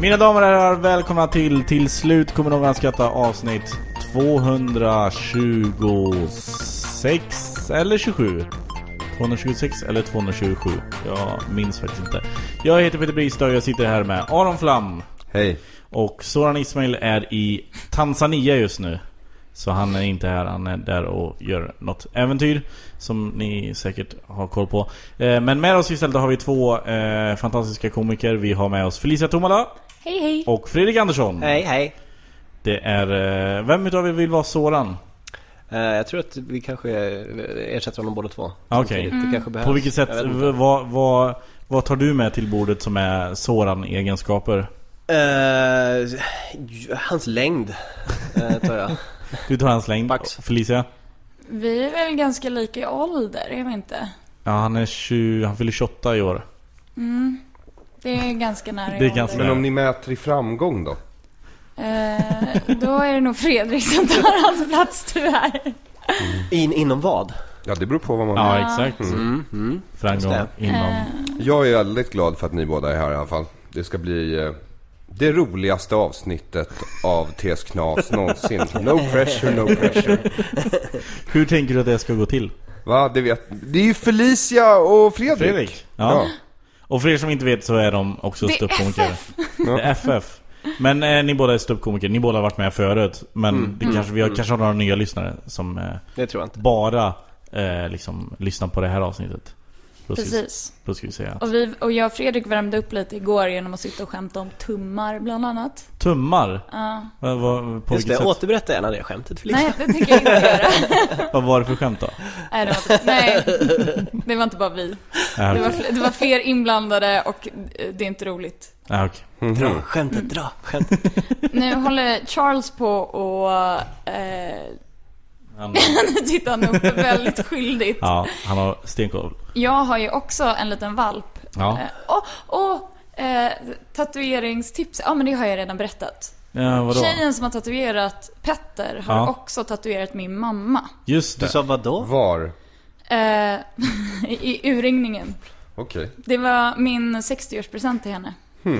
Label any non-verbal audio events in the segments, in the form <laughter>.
Mina damer och herrar, välkomna till Till slut kommer någon att skratta avsnitt 226 eller 27? 226 eller 227? Jag minns faktiskt inte. Jag heter Peter Bristad och jag sitter här med Aron Flam. Hej. Och Soran Ismail är i Tanzania just nu. Så han är inte här, han är där och gör något äventyr Som ni säkert har koll på Eh, Men med oss istället har vi två eh, fantastiska komiker Vi har med oss Felicia Tomala Hej hej! och Fredrik Andersson Hej, hej. Det är... eh, Vem utav er vill vara Soran? Eh, jag tror att vi kanske eh, ersätter honom båda två. Okej. samtidigt. Det kanske behövs. På vilket sätt, Jag vet inte. v- vad, vad, vad tar du med till bordet som är Soran-egenskaper? Eh, ju- hans längd eh, tar jag. Du tar hans längd, Pax. Felicia? Vi är väl ganska lika i ålder, är vi inte? Ja, han är 20, han fyller 28 i år Det är ganska nära i Det är ålder. ganska Men om ni mäter i framgång då? Eh, då är det nog Fredrik som tar hans plats tyvärr. In, inom vad? Ja, det beror på vad man Ja, exakt Mm, mm. Framgång Just Eh, inom... Jag är väldigt glad för att ni båda är här i alla fall. Det ska bli eh, det roligaste avsnittet av TS <laughs> Knas någonsin. No pressure, no pressure. Hur tänker du att det ska gå till? Va, det vet... Det är ju Felicia och Fredrik. Ja. Och för er som inte vet så är de också Det är ståuppkomiker. Det är FF. Men eh, ni båda är ståuppkomiker, ni båda har varit med förut. Men Mm. det kanske, vi har, kanske har några nya lyssnare som eh, Det tror jag inte. bara eh, liksom, lyssnar på det här avsnittet. Då ska, vi, Precis. då ska vi säga. Och, vi, och jag och Fredrik värmde upp lite igår genom att sitta och skämta om tummar bland annat. Tummar? Ja. Vad- vad- på Just vilket det, sätt? återberätta gärna det skämtet för Nej, det tänker jag inte göra. <laughs> Vad var det för skämt då? Nej, det var, inte- nej, det var inte bara vi. Ja, Det var, okej. fl- det var fler inblandade och eh, det är inte roligt. Ja, Ah, okej. Dra, skämtet, dra, skämtet. Nu håller Charles på och... Eh, <laughs> Han- nu tittar han upp väldigt skyldigt. Ja, han har stenkoll. Jag har ju också en liten valp. Ja. Eh, och och eh, tatueringstips. Ja, men det har jag redan berättat. Ja, vadå? Eh, Tjejen som har tatuerat Petter har Ja. också tatuerat min mamma. Just Du det. sa vadå? Var? Eh, <laughs> I urringningen. Okej. Det var min 60-årspresent till henne. Eh,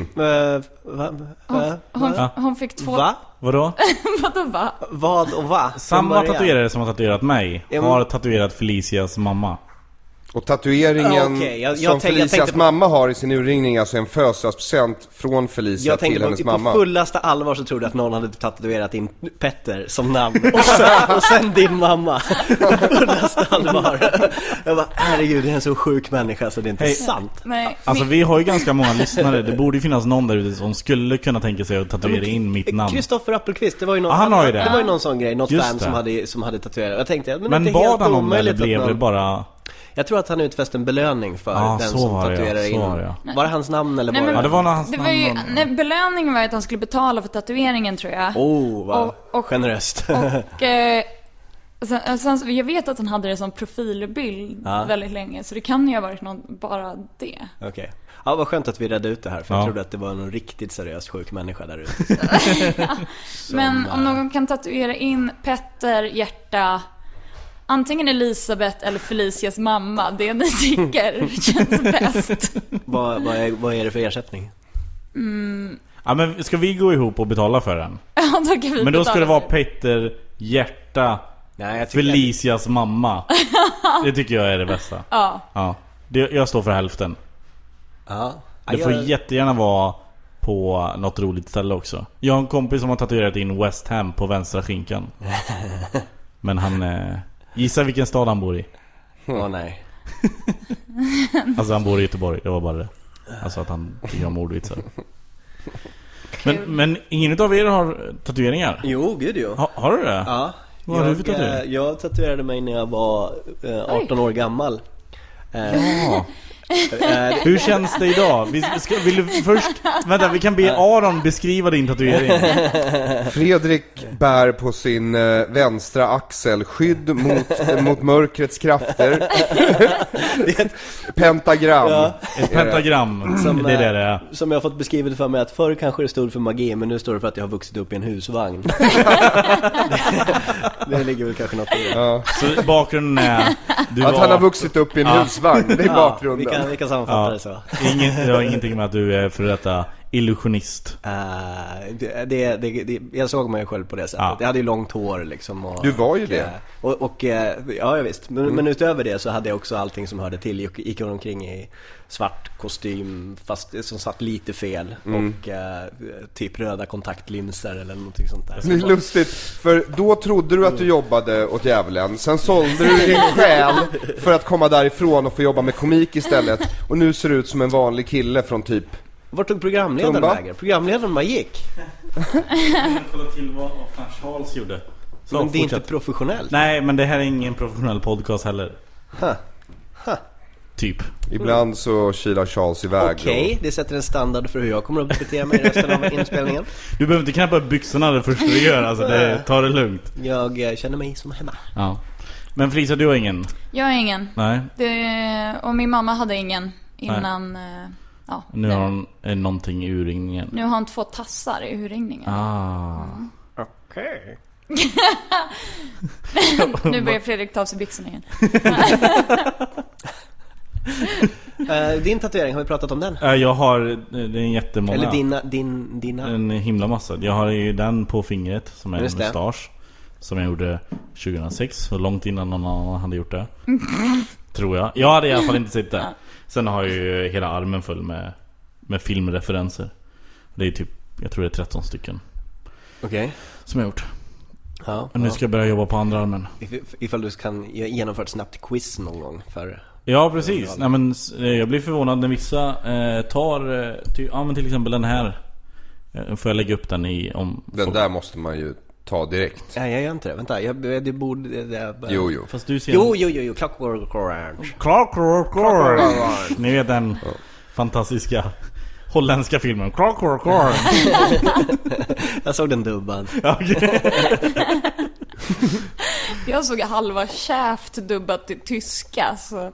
va, va, Hon, Ja. hon fick två... va? Vadå? <laughs> Vadå va? Vad och va? Från Samma början. tatuerare som har tatuerat mig Ja, men- har tatuerat Felicias mamma. Och tatueringen Ja, okej. Jag- jag som tänk- jag Felicias tänkte på- mamma har i sin urringning, alltså en födelsedagspresent från Felicia Jag till tänkte hennes på, på mamma. fullaste allvar så trodde jag att någon hade tatuerat in Petter som namn <laughs> och sen, och sen din mamma. På fullaste allvar. Jag bara, herregud det är en så sjuk människa så det är inte Hej. sant. Nej, Alltså min- vi har ju ganska många lyssnare, det borde ju finnas någon där ute som skulle kunna tänka sig att tatuera in mitt namn. Kristoffer Appelqvist, det var ju någon, Ja, han har ju det. var ju någon sån grej, något Just fan det. som hade, som hade tatuerat. Jag tänkte, men, Men det är helt bad han om det eller omöjligt att blev någon... det bara... Jag tror att han utfäste en belöning för Ja, den så som var det, ja. tatuerar Så in. var det, Var det hans namn eller Nej, var men- Ja det var när hans Det namn... var ju, någon- nej, belöningen var ju att han skulle betala för tatueringen tror jag. Oh, vad Och- och- generöst. Och, eh, sen, sen, jag vet att han hade det som profilbild Ja. väldigt länge, så det kan ju ha varit någon, bara det. Okej. Ja, vad skönt att vi redde ut det här för Ja. jag trodde att det var någon riktigt seriös sjuk människa där ute. eh, Men om någon kan tatuera in Petter, hjärta, Antingen Elisabeth eller Felicias mamma, <laughs> det ni tycker känns bäst. Vad, vad, är, vad är det för ersättning? Ja men ska vi gå ihop och betala för den? Ja, då kan vi Men då ska det vara betala det. Petter, Hjärta, Nej, jag tycker- Felicias <laughs> mamma. Det tycker jag är det bästa. Ja. Ja. Det, jag står för hälften. Ja. Det får jag- jättegärna vara på något roligt ställe också. Jag har en kompis som har tatuerat in West Ham på vänstra skinkan. <laughs> Men han... Eh, gissa vilken stad han bor i? Mm. Åh nej. Alltså han bor i Göteborg, det var bara det. Alltså att han tycker om <laughs> ordvitsar. Men, men ingen utav er har tatueringar? Jo, gud jo. Ha, har du det? Ja. Vad har du för Jag, eh, tatuering? Jag tatuerade mig när jag var eh, 18 år gammal. Eh, Ja. <laughs> eh, Hur känns det idag? Vi ska, vill du först... Vänta, vi kan be Aron beskriva din <laughs> tatuering. Fredrik bär på sin eh, vänstra axel skydd mot, mot mörkrets <laughs> krafter. Pentagram. Ja. Ett pentagram, Som, det är eh, det det är. Som jag har fått beskrivet för mig att förr kanske det stod för magi men nu står det för att jag har vuxit upp i en husvagn. <laughs> det, det ligger väl kanske något i det. Ja. Så bakgrunden är... Du Att var han har 18. vuxit upp i en husvagn, det är bakgrunden. Vi kan, vi kan sammanfatta det så. Ingen, det har ingenting med att du är för detta illusionist. Eh, det, det, det, det, jag såg mig själv på det sättet. Ja. Jag hade ju långt hår liksom. Och, Du var ju det. Mm. eh, Och, och, eh, ja, ja visst. Men, men utöver det så hade jag också allting som hörde till. Jag gick omkring i svart kostym fast som satt lite fel. Mm. Och eh, typ röda kontaktlinser eller någonting sånt där. Det är lustigt, för då trodde du att du jobbade åt djävulen, sen sålde <laughs> du din själ för att komma därifrån och få jobba med komik istället. Och nu ser du ut som en vanlig kille från typ... Vart tog programledaren Tumba? vägen? Programledaren bara gick. Kolla till vad fan Charles gjorde. Så, Men det är inte fortsätt. professionellt. Nej, men det här är ingen professionell podcast heller. Huh. Typ. Ibland så kilar Charles iväg. Okej, det sätter en standard för hur jag kommer att bete mig resten <laughs> av inspelningen. Du behöver inte knäppa upp byxorna det första du gör, alltså det, ta det lugnt. Jag eh, känner mig som hemma. Ja. Men Felicia, du har ingen? Jag har ingen. Nej. Det, och min mamma hade ingen innan... eh, Ja, Nu har hon eh, någonting i urringningen. nu har hon två tassar i urringningen. Ah. Okej. <laughs> Nu <laughs> börjar Fredrik ta av sig byxorna igen. Eh, din tatuering, har vi pratat om den? Eh, Jag har, eh, det är en jättemånga. Eller dina, din, dina? En himla massa. Jag har ju den på fingret som är en Just det. mustasch. Som jag gjorde 2006, så långt innan någon annan hade gjort <laughs> det. Tror jag. Jag hade i alla fall inte sett det. Sen har jag ju hela armen full med, med filmreferenser. Det är typ, jag tror det är 13 stycken Okej. som jag gjort. Ja, Men nu ska jag börja jobba på andra armen. If- Ifall du kan ge- genomföra ett snabbt quiz någon gång för... Ja precis, Nej, men, s- eh, jag blir förvånad när vissa eh, tar, eh, ty, ja, men till exempel den här. Eh, Får jag lägga upp den i om... Den där måste man ju ta direkt. Nej, jag gör inte det. Vänta, jag, jag, du borde... Jag, jag, Jo, jo. Fast du ser jo, jo, jo, jo, Clockwork Orange. Clark Clark Clark. Ni vet den fantastiska holländska filmen Clark Clark Clark. Jag såg den dubbad. Ja, <laughs> okej. Jag såg halva käft dubbat till tyska. Så.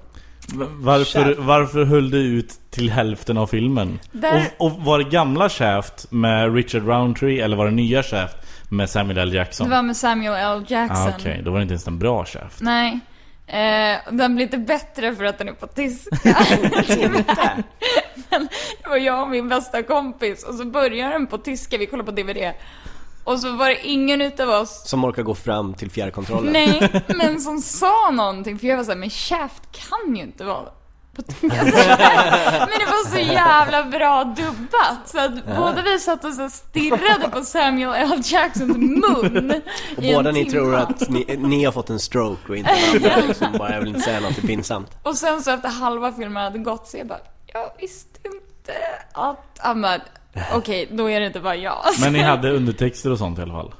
varför, varför höll du ut till hälften av filmen? Där- Och, och var det gamla Shaft med Richard Roundtree eller var det nya Shaft med Samuel L. Det Jackson? var med Samuel L. Jackson. ah, Okej, då var det inte ens en bra Shaft. Nej. Eh, den blir inte bättre för att den är <laughs> på tyska. Inte? Det var jag och min bästa kompis och så började den på tyska, vi kollade på DVD. Och så var det ingen utav oss Som orkar gå fram till fjärrkontrollen. <laughs> Nej, men som sa någonting för jag var såhär, men käft kan ju inte vara på <laughs> tyska. Men det var så jävla bra dubbat så att båda vi satt och så här stirrade på Samuel L. Jacksons <laughs> mun Och i en båda ni timme. tror att ni, ni har fått en stroke och inte den andra, liksom bara, jag vill inte säga något, det är pinsamt. Och sen så efter halva filmen hade gått så jag bara, jag visste inte att... Ja, men Okej, då är det inte bara jag. Men ni hade undertexter och sånt i alla fall?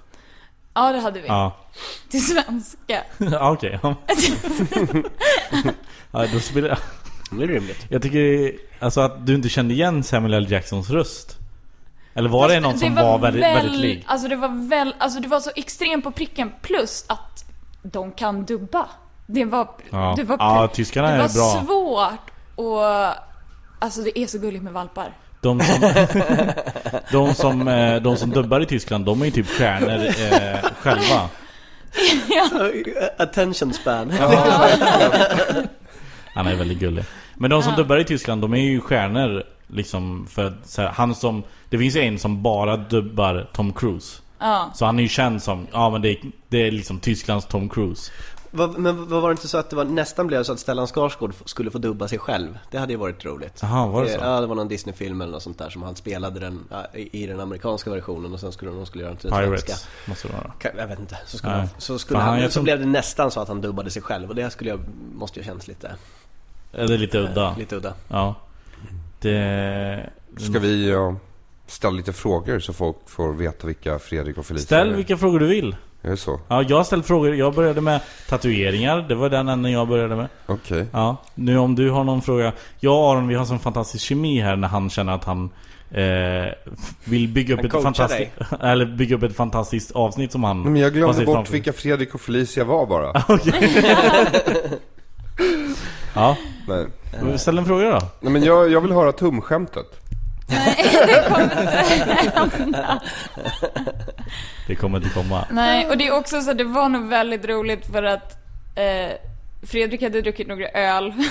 Ja, det hade vi. Ja, <laughs> Till svenska. ah, <laughs> okej. ja. ja, då spelar jag. Det är rimligt. Jag tycker alltså att du inte kände igen Samuel L. Jacksons röst. Eller var det någon som var, väldigt, väldigt lik? Alltså det var väl, alltså det var så extremt på pricken plus att de kan dubba. Det var, Ja. det var, Ja, tyskarna det är var bra. svårt och alltså det är så gulligt med valpar. <laughs> De som, <laughs> de, som, eh, de som dubbar i Tyskland, de är ju typ stjärnor eh, själva. Attention span. Han är väldigt gullig. Men de som dubbar i Tyskland, de är ju stjärnor. Liksom för att, så här, han som... Det finns ju en som bara dubbar Tom Cruise. Ja. Så han är ju känd som, ja men det är, det är liksom Tysklands Tom Cruise. <laughs> Vad- Men vad var det inte så att det var, nästan blev så att Stellan Skarsgård f- skulle få dubba sig själv? Det hade ju varit roligt. Jaha, var det så? Eh, Ja, det var någon Disney-film eller något sånt där som han spelade den ja, i i den amerikanska versionen och sen skulle de skulle göra den till den svenska. Pirates, måste det vara. Ka- Jag vet inte. Så, skulle Nej. han, så, skulle Fan, han, jag så tror- blev det nästan så att han dubbade sig själv och det skulle jag, måste ju känns lite, eh, Ja, Det är Eh, lite udda. lite udda. Ja. Det... Ska vi eh, ställa lite frågor så folk får veta vilka Fredrik och Felicia Ställ är? vilka frågor du vill. Är det så? Ja, jag har ställt frågor. Jag började med tatueringar. Det var den änden jag började med. Okej. Ja, nu om du har någon fråga. Jag och Aron, vi har sån fantastisk kemi här när han känner att han eh, vill bygga upp, Han ett coachar fantastiskt, <laughs> eller bygga upp ett fantastiskt avsnitt som han... Nej, Men jag har glömde sett bort framför sig. vilka Fredrik och Felicia <laughs> var bara. Ja, Nej. men ställ en fråga då. Nej, men jag, jag vill höra tumskämtet. Det kommer inte <laughs> komma. Nej, och det är också så att det var nog väldigt roligt för att eh, Fredrik hade druckit några öl <laughs>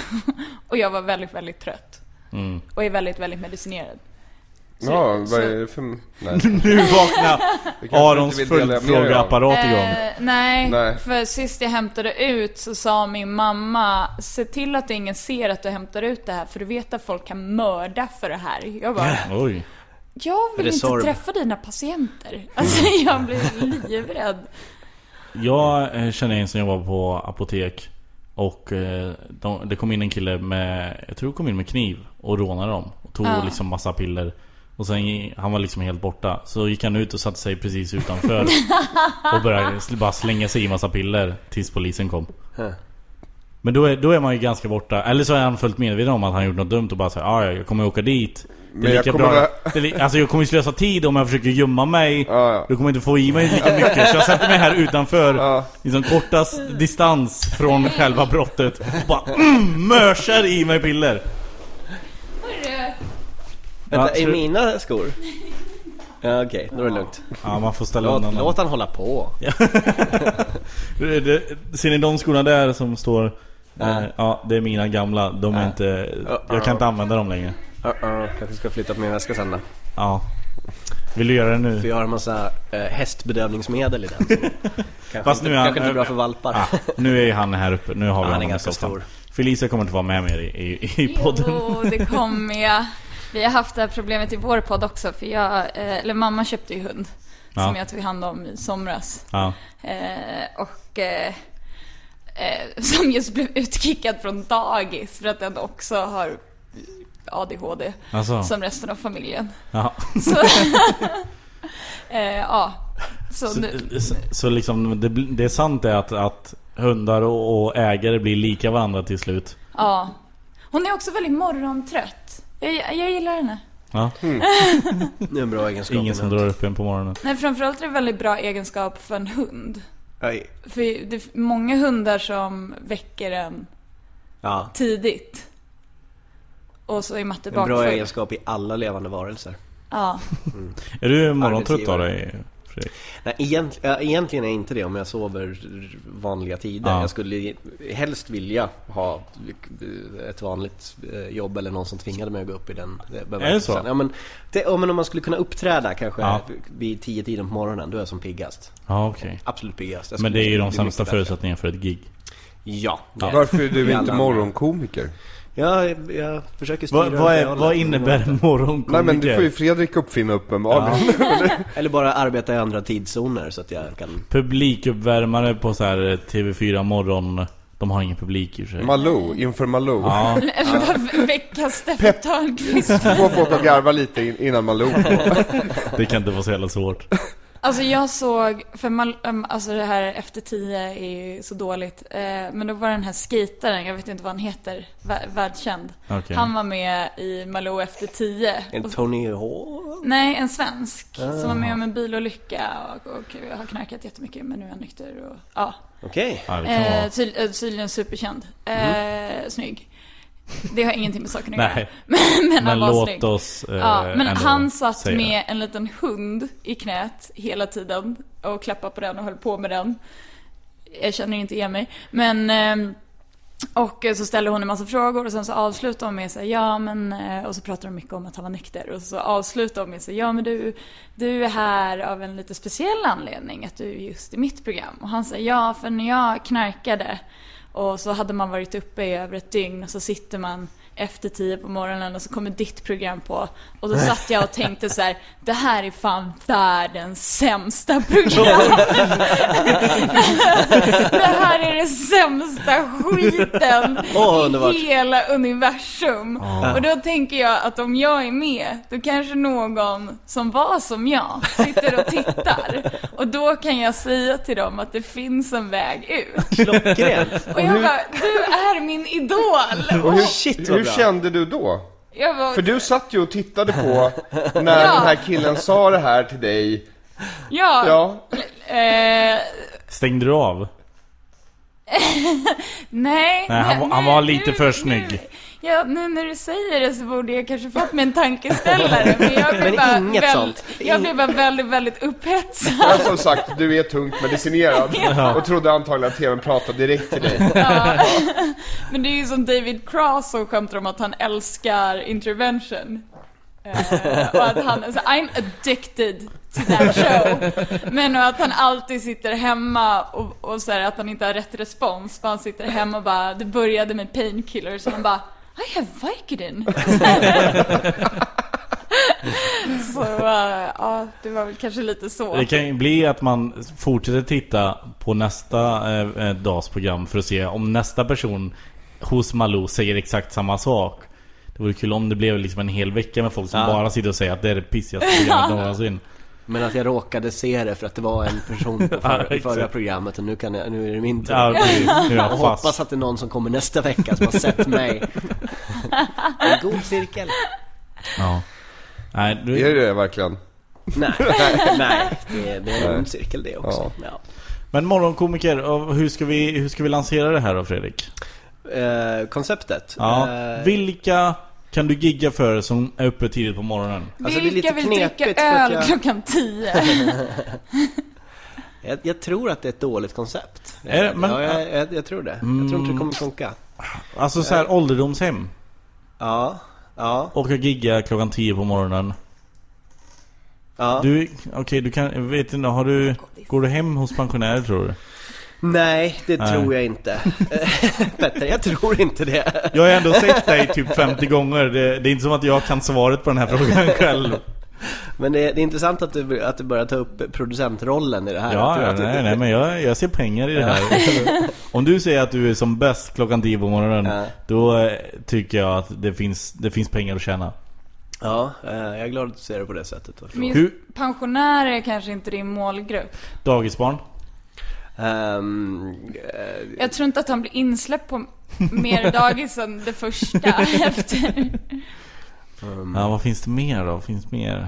och jag var väldigt, väldigt trött. Mm. Och är väldigt, väldigt medicinerad. Så- Ja, så- vad är det för... Nej. <laughs> Nu vaknar vi kanske inte Arons vill dela mer av. följdfrågeapparat igång. Eh, nej, Nej. för sist jag hämtade ut så sa min mamma Se till att ingen ser att du hämtar ut det här för du vet att folk kan mörda för det här. Jag bara, Oj. jag vill Resorb. inte träffa dina patienter. Alltså <laughs> jag blir livrädd. Jag eh, känner en som jobbar på apotek Och eh, de, det kom in en kille med Jag tror kom in med kniv och rånade dem Och tog Ja. liksom massa piller Och sen gi- han var liksom helt borta Så gick han ut och satte sig precis utanför Och började sl- bara slänga sig i massa piller Tills polisen kom Huh. Men då är, då är man ju ganska borta Eller så är han fullt medveten om att han gjort något dumt Och bara säger "Ah, ja ja, jag kommer åka dit det Men är jag lika kommer bra, vara- det är li, Alltså jag kommer ju slösa tid om jag försöker gömma mig Ja, ja. Du kommer inte få i mig lika mycket Så jag sätter mig här utanför Ja. Liksom kortast distans från själva brottet och bara mm, mörsar i mig piller Hörru. Vänta, är tror- mina skor? Ja, Okej, då är det lugnt. Ja man får ställa Låt, undan dem låt han hålla på. Det- Eh, det- Ser ni de skorna där som står eh, Ja det är mina gamla, de är inte Jag kan inte använda dem längre Uh-uh, kanske ska flytta på min väska sen då. Ja Vill du göra det För nu? jag har en massa eh, <laughs> hästbedövningsmedel i den. så kanske Fast inte, nu är han- kanske inte bra för valpar. Ah, nu är ju han här uppe, nu har vi han är honom i ganska soffan stor. Felicia kommer inte vara med mer i, i, i podden Jo, det kommer jag. Vi har haft det här problemet i vår podd också. För jag, eh, eller mamma köpte ju hund. Ja. Som jag tog hand om i somras. ja. Eh, och eh, eh, <laughs> som just blev utkickad från dagis. För att den också har ADHD. Alltså, Som resten av familjen. ja. Så, <laughs> eh, ja. <laughs> Så, Så, nu, så, så liksom det, bl- det är sant det att, att hundar och, och ägare blir lika varandra till slut ja. Hon är också väldigt morgontrött. Jag, jag gillar henne. Ja, <laughs> Det är en bra egenskap. ingen som drar upp en på morgonen. Nej, framförallt är det en väldigt bra egenskap för en hund. Aj. För det är många hundar som väcker en Ja. tidigt. Och så är matte En bra bakfull. egenskap i alla levande varelser. Ja. Är du morgontrött av Arbetsgivare. dig Fredrik? Nej, egent, äh, egentligen är jag inte det om jag sover vanliga tider. Ja. Jag skulle helst vilja ha ett vanligt eh, jobb eller någon som tvingade mig att gå upp i den eh, bemärkelsen. så? Ja, men, det, ja, men om man skulle kunna uppträda kanske Ja. vid tio tiden på morgonen, då är jag som piggast. Ja okej. Absolut piggast. Jag Men skulle det är ju de bli sämsta mycket bättre. förutsättningarna för ett gig. Ja. Varför är du Alla inte andra. morgonkomiker? Jag, jag försöker styra Vad, vad, åt det är, hållet. vad innebär Nej men det får ju morgonkomiker? Fredrik uppfinna uppenbarligen. Eller bara arbeta i andra tidszoner så att jag kan... Publikuppvärmare på så här eh, TV4 morgon. De har ingen publik i och för sig. <laughs> Malou, inför Malou. Ja, Eller bara väcka Steffan <laughs> Törnqvist. Få folk att garva lite in, innan Malou. det kan inte vara så jävla svårt. Alltså jag såg, för man, äm, alltså det här efter tio är ju så dåligt. Eh, Men då var den här skejtaren, jag vet inte vad han heter, vä- världskänd. Okej. Han var med i Malou efter tio. En Och- Tony Hall? Nej, en svensk som var med Ah. om en bilolycka och, och har knarkat jättemycket men nu är han nykter och ja. Okej. Ja, det kan Eh, vara. Mm. ty- eh, tydligen superkänd. Eh, Snygg. Det har ingenting <laughs> med saken att göra. Nej, <laughs> Men, han men var låt snygg. oss eh, ja, men ändå han satt säga med en liten hund i knät hela tiden och klappade på den och höll på med den. Jag känner inte igen mig. Men, eh, och eh, så ställer hon en massa frågor och sen så avslutar hon med så här, ja men, eh, och så pratar de mycket om att han var nykter. Och så avslutar hon med så här, ja men du, du är här av en lite speciell anledning, att du är just i mitt program. Och han säger, ja för när jag knarkade och så hade man varit uppe i över ett dygn och så sitter man efter tio på morgonen och så kommer ditt program på. Och då satt jag och tänkte så här, det här är fan världens sämsta program. <laughs> det här är det sämsta skiten <laughs> Åh, underbart. i hela universum. Och då tänker jag att om jag är med, då kanske någon som var som jag sitter och tittar. Och då kan jag säga till dem att det finns en väg ut. Klockrent! Och jag bara, du är min <laughs> idol! Och hur, Shit, vad hur bra. kände du då? Jag bara, För du satt ju och tittade på när Ja. den här killen sa det här till dig. ja, Ja, Eh, Stängde du av? nej. Nej, han var- han var lite för Nu, snygg. ja, nu när du säger det så borde jag kanske fått mig en tankeställare. Men jag blev, Men bara, inget väl, sånt. jag blev bara väldigt, väldigt upphetsad. ja, som sagt, du är tungt medicinerad och trodde antagligen att tvn pratade direkt till dig. Men det är ju som David Cross som skämtar om att han älskar intervention. Eh, och att han, alltså, I'm addicted to that show. Men och att han alltid sitter hemma och, och säger att han inte har rätt respons. För han sitter hemma och bara, det började med painkillers och han bara, I have Vicodin. <laughs> så eh, ja, det var väl kanske lite så. Det kan ju bli att man fortsätter titta på nästa eh, eh, dags program för att se om nästa person hos Malou säger exakt samma sak. Det vore kul om det blev liksom en hel vecka med folk som Ja. bara sitter och säger att det är det pissigaste <laughs> programmet någonsin. Men att jag råkade se det för att det var en <laughs> person på Ja, för, exakt. förra programmet och nu, kan jag, nu är det min tur. Ja, precis. Nu är Jag jag hoppas fast. att det är någon som kommer nästa vecka som har sett mig. En god cirkel. Ja. Nej, du, Är det det verkligen? Nej, nej. Det, det är en ond cirkel det också. Ja. Men morgonkomiker, och hur ska, vi, hur ska vi lansera det här då Fredrik? Eh, konceptet. Ja. Eh, Vilka kan du gigga för som är uppe tidigt på morgonen? Alltså, det är Vilka lite vill knepigt dricka för att öl jag- klockan <laughs> tio? jag, jag tror att det är ett dåligt koncept. Är det? Men- Mm. ja, jag, jag, jag tror det. Jag tror inte det kommer funka. Alltså så Eh. här ålderdomshem. Ja, ja, Åka gigga klockan 10 på morgonen. ja. Du, okej du kan, jag vet inte, har du, går du hem hos pensionärer tror du? Nej, det Nej. tror jag inte. <laughs> Petter, jag tror inte det. Jag har ändå sett dig typ 50 gånger, det, det är inte som att jag kan svaret på den <laughs> här frågan själv. Men det, det är intressant att du, att du börjar ta upp producentrollen i det här. Jag Ja, tror ja att du- nej, nej men jag, jag ser pengar i det här. <laughs> Om du säger att du är som bäst klockan 10 på morgonen, Ja. då eh, tycker jag att det finns, det finns pengar att tjäna. Ja, eh, jag är glad att du ser det på det sättet. Men just Hur, pensionärer är kanske inte din målgrupp. dagisbarn? Ehm, eh, Jag tror inte att han blir insläppt på <laughs> mer dagis än det första efter. Mm. Ja, vad finns det mer då? Finns mer?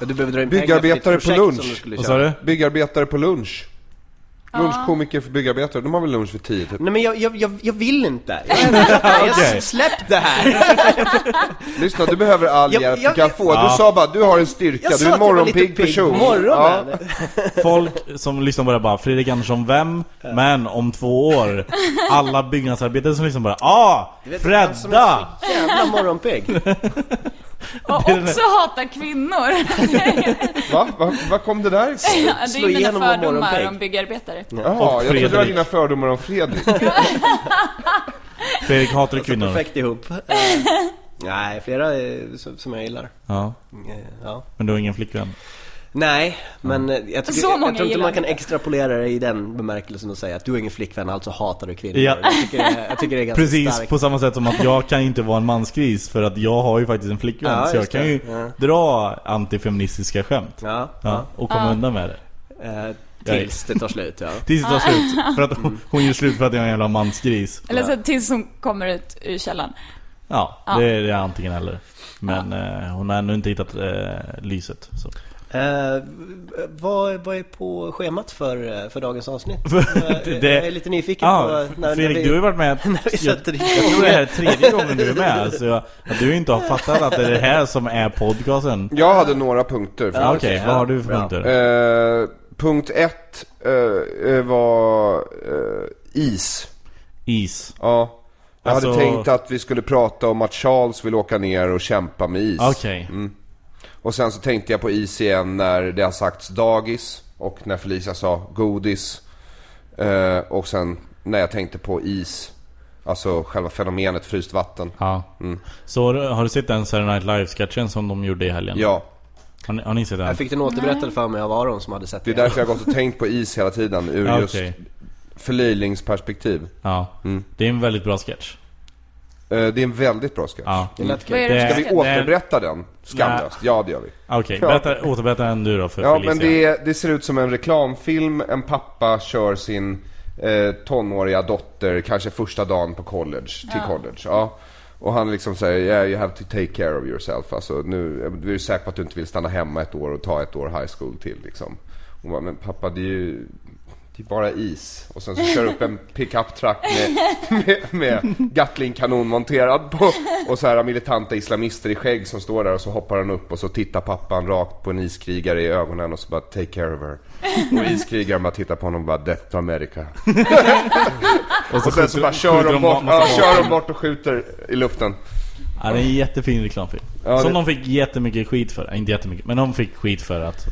du behöver dra in Byggarbetare pengar för ditt på projekt lunch. som du skulle Vad köra. sa du? Byggarbetare på lunch. Lunchkomiker för byggarbetare, de har väl lunch vid tio typ? Nej men jag, jag, jag, jag vill inte. <laughs> Jag är inte jag Okej. Släpp det här. Lyssna, du behöver all Jag- hjälp du jag- kan få. Ja. Du sa bara, du har en styrka, Jag du sa är att en jag var lite morgonpigg pigg på person. morgonen. Ja. Folk som lyssnar på det här bara Fredrik Andersson vem? Men om två år Alla byggnadsarbetare som lyssnar bara Ah! vet, vem som Fredda! är så Jävla morgonpigg. Och också hatar kvinnor. <laughs> <laughs> Va? Va? Va kom det där ifrån? Ja, det Slå är mina igenom vad fördomar morgonpigg. om byggarbetare. Jaha, jag trodde det var Fredrik. dina fördomar om Fredrik. Fredrik hatar kvinnor Alltså, Perfekt ihop. Eh, Nej, flera eh, som, som jag gillar. ja, Eh, Ja. Men du har ingen flickvän? Nej, men eh, jag, tycker, Så många jag tror inte gillar man kan inte. extrapolera det i den bemärkelsen och säga att du har ingen flickvän, alltså hatar du kvinnor. Ja. Jag, tycker det, jag tycker det är ganska Precis starkt. på samma sätt som att jag kan inte vara en mansgris För att jag har ju faktiskt en flickvän Ja, Så jag just kan det. ju Ja. dra antifeministiska skämt Ja, ja, Och komma undan med det Eh, tills det tar <laughs> slut ja. Tills det tar slut För att hon, hon gör slut för att jag är en jävla mansgris Eller så tills hon kommer ut ur källan. Ja, Ja. det är det är antingen eller Men eh, hon har ännu inte hittat eh, lyset så. Eh, vad, vad är på schemat för, eh, för <laughs> dagens avsnitt? det- Eh, jag är lite nyfiken Ja, på... när- när Fredrik, vi- du har ju varit med... vi jag, jag sätter igång. tror det här är tredje gången du är med, så jag, att du inte har fattat att det är det här som är podcasten. Jag hade några punkter. Okej, faktiskt. vad har du för Bra. punkter? Eh, Punkt ett eh, eh, var eh, is. Is. Ja. Jag Alltså- hade tänkt att vi skulle prata om att Charles vill åka ner och kämpa med is. Okej. Och sen så tänkte jag på is igen när det har sagts dagis och när Felicia sa godis. Eh, och sen när jag tänkte på is. Alltså själva fenomenet fryst vatten. Ja. Så har du- har du sett den Saturday Night Live-sketchen som de gjorde i helgen? Ja, Har ni, har ni sett den? Jag fick den återberättad för mig av Aron som hade sett det är därför jag har gått och tänkt på is hela tiden. Ur Ja, just okej. förlöjlingsperspektiv. Ja. Det är en väldigt bra sketch. Eh, det är en väldigt bra sketch. Ja. Det lät Mm. Vad kul. är det Det- för Ska sketch? vi återberätta den? Skamlöst. Ja, det gör vi. Okej, Ja. berätta, återberätta en du då för Ja, Felicia. men det, det ser ut som en reklamfilm. En pappa kör sin eh, tonåriga dotter, kanske första dagen på college, till college. Ja. Och han liksom säger yeah, you have to take care of yourself. Alltså, nu, du är ju säker på att du inte vill stanna hemma ett år och ta ett år high school till. Liksom. Hon bara, men pappa det är ju det är bara is. Och sen så kör upp en pickup truck med, med, med Gatling-kanon monterad på. Och så här militanta islamister i skägg som står där och så hoppar han upp och så tittar pappan rakt på en iskrigare i ögonen och så bara take care of her. Och iskrigaren bara tittar på honom och bara death to America. och Och sen så skjuter- bara kör skjuter de bort, massa ja, vapen. kör de bort och skjuter i luften. Ja, det är en jättefin reklamfilm. Ja, som det- de fick jättemycket skit för. Äh, inte jättemycket, men de fick skit för att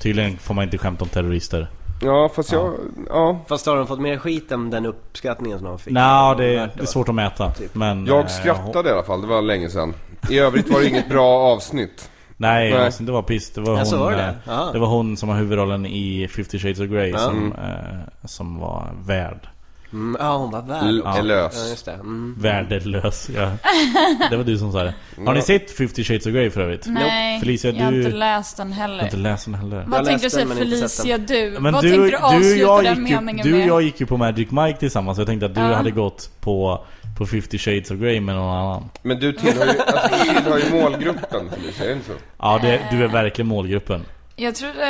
tydligen får man inte skämta om terrorister. Ja fast jag, ja. Fast har de fått mer skit än den uppskattningen som de fick? Nja, det, Värt det är va? svårt att mäta. Men, eh, Jag skrattade i alla fall, det var länge sedan. I övrigt var det inget bra avsnitt. Nej, Nej. Alltså, det var piss. Det var, Ja, så hon, var det. eh, Aha. det var hon som har huvudrollen i 50 shades of Grey som, eh, som var värd. Mm, ja, hon var värd. L- också. är Ja, lös. just det. Mm. Värdelös. Ja. <laughs> Det var du som sa det. Har ni sett 50 shades of Grey för övrigt? Nej, Felicia, jag har du- inte läst den Jag har inte heller. läst den heller. Vad Jag tänkte du läste säga den, men inte sett Felicia, du? Men Vad du, tänkte du du, och avsluta jag den gick ju, meningen du och med? jag gick ju på Magic Mike tillsammans. Jag tänkte att du Ja. hade gått på, på 50 shades of Grey med någon annan. Men du tillhör ju, alltså, du tillhör ju målgruppen Felicia, är det inte så? Ja, det, du är verkligen målgruppen. Jag trodde,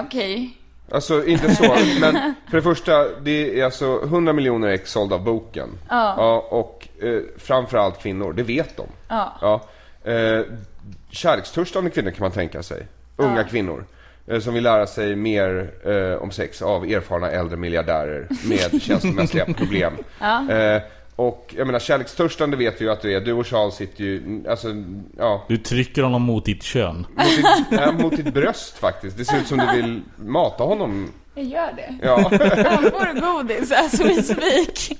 eh, okej. Alltså inte så, men för det första, det är alltså 100 miljoner ex sålda av boken. Ja. ja och eh, framförallt kvinnor, det vet de. Ja. Eh, kärlekstörstande kvinnor kan man tänka sig. Unga kvinnor. Eh, som vill lära sig mer eh, om sex av erfarna äldre miljardärer <laughs> med känslomässiga problem. Eh, och jag menar kärlekstörstande vet vi ju att du är. Du och Charles sitter ju, alltså, ja. Du trycker honom mot ditt kön. Mot ditt, nej, mot ditt bröst faktiskt. Det ser ut som du vill mata honom. Jag gör det. Ja. Han får godis as we speak.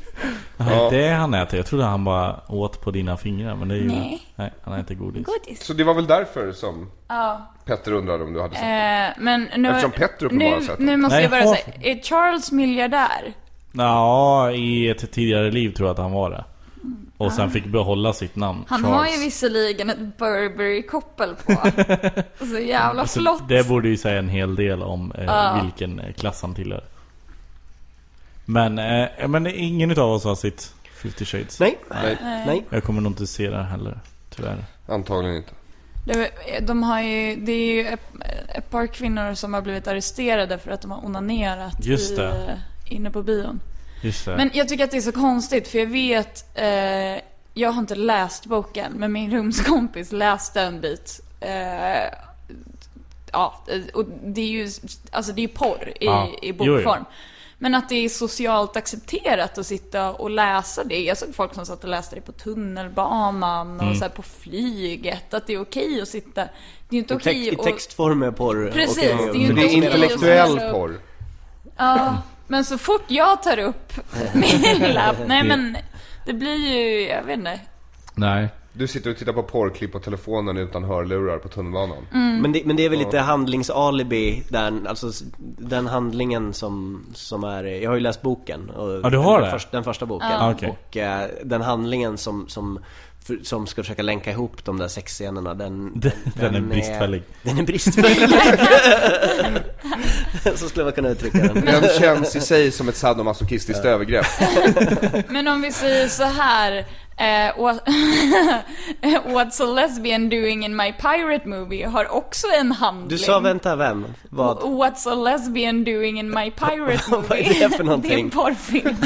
Nej, Det är han äter. Jag trodde han bara åt på dina fingrar. Men det är ju... Nej. Nej, han äter godis. Godis. Så det var väl därför som Ja. Petter undrade om du hade sett. Eh, men nu... Eftersom Petter uppenbarligen har nu, sett den. nu måste Nej, jag bara jag- säga, är Charles miljardär? Ja, i ett tidigare liv tror jag att han var det. Och sen fick behålla sitt namn. Ah. Han har ju visserligen ett Burberry-koppel <laughs> på. Så jävla Så flott. Alltså, Det borde ju säga en hel del om eh, Ja. vilken eh, klass han tillhör. Men, eh, men ingen utav oss har sett 50 shades. Nej. Nej. Nej. Jag kommer nog inte se den heller, tyvärr. Antagligen inte. De, de har ju, det är ju ett, ett par kvinnor som har blivit arresterade för att de har onanerat Just I, eh, det. inne på bion. Just det. Men jag tycker att det är så konstigt för jag vet, eh, jag har inte läst boken men min rumskompis läste en bit. Eh, ja, och det är ju, alltså det är ju porr i, Ja. i Jo, jo. bokform. Men att det är socialt accepterat att sitta och läsa det. Jag såg folk som satt och läste det på tunnelbanan och så här på flyget. Att det är okej att sitta. Det är ju inte I text, okej I att... textform är porr. Precis, okej. det är ju För inte det är okej att intellektuell ställa upp- porr. Ja, men så fort jag tar upp min lapp, nej men det blir ju, jag vet inte. Nej. Du sitter och tittar på porrklipp på telefonen utan hörlurar på tunnelbanan. Mm. Men, det, men det är väl lite handlingsalibi där, alltså s- den handlingen som, som är, jag har ju läst boken och, Ja, du har den, det? först- den första boken Ah, okej. och eh, den handlingen som, som, för, som ska försöka länka ihop de där sexscenerna den, <laughs> Den, den är bristfällig. Den <laughs> är bristfällig <laughs> Så skulle man kunna uttrycka den Den känns i sig som ett sadomasochistiskt övergrepp. Men om vi säger så här, eh, what, <laughs> What's a lesbian doing in my pirate movie har också en handling. Du sa vänta, vem? Vad? What's a lesbian doing in my pirate <laughs> Vad är movie? det för <laughs> det är någonting? en <laughs> porrfilm.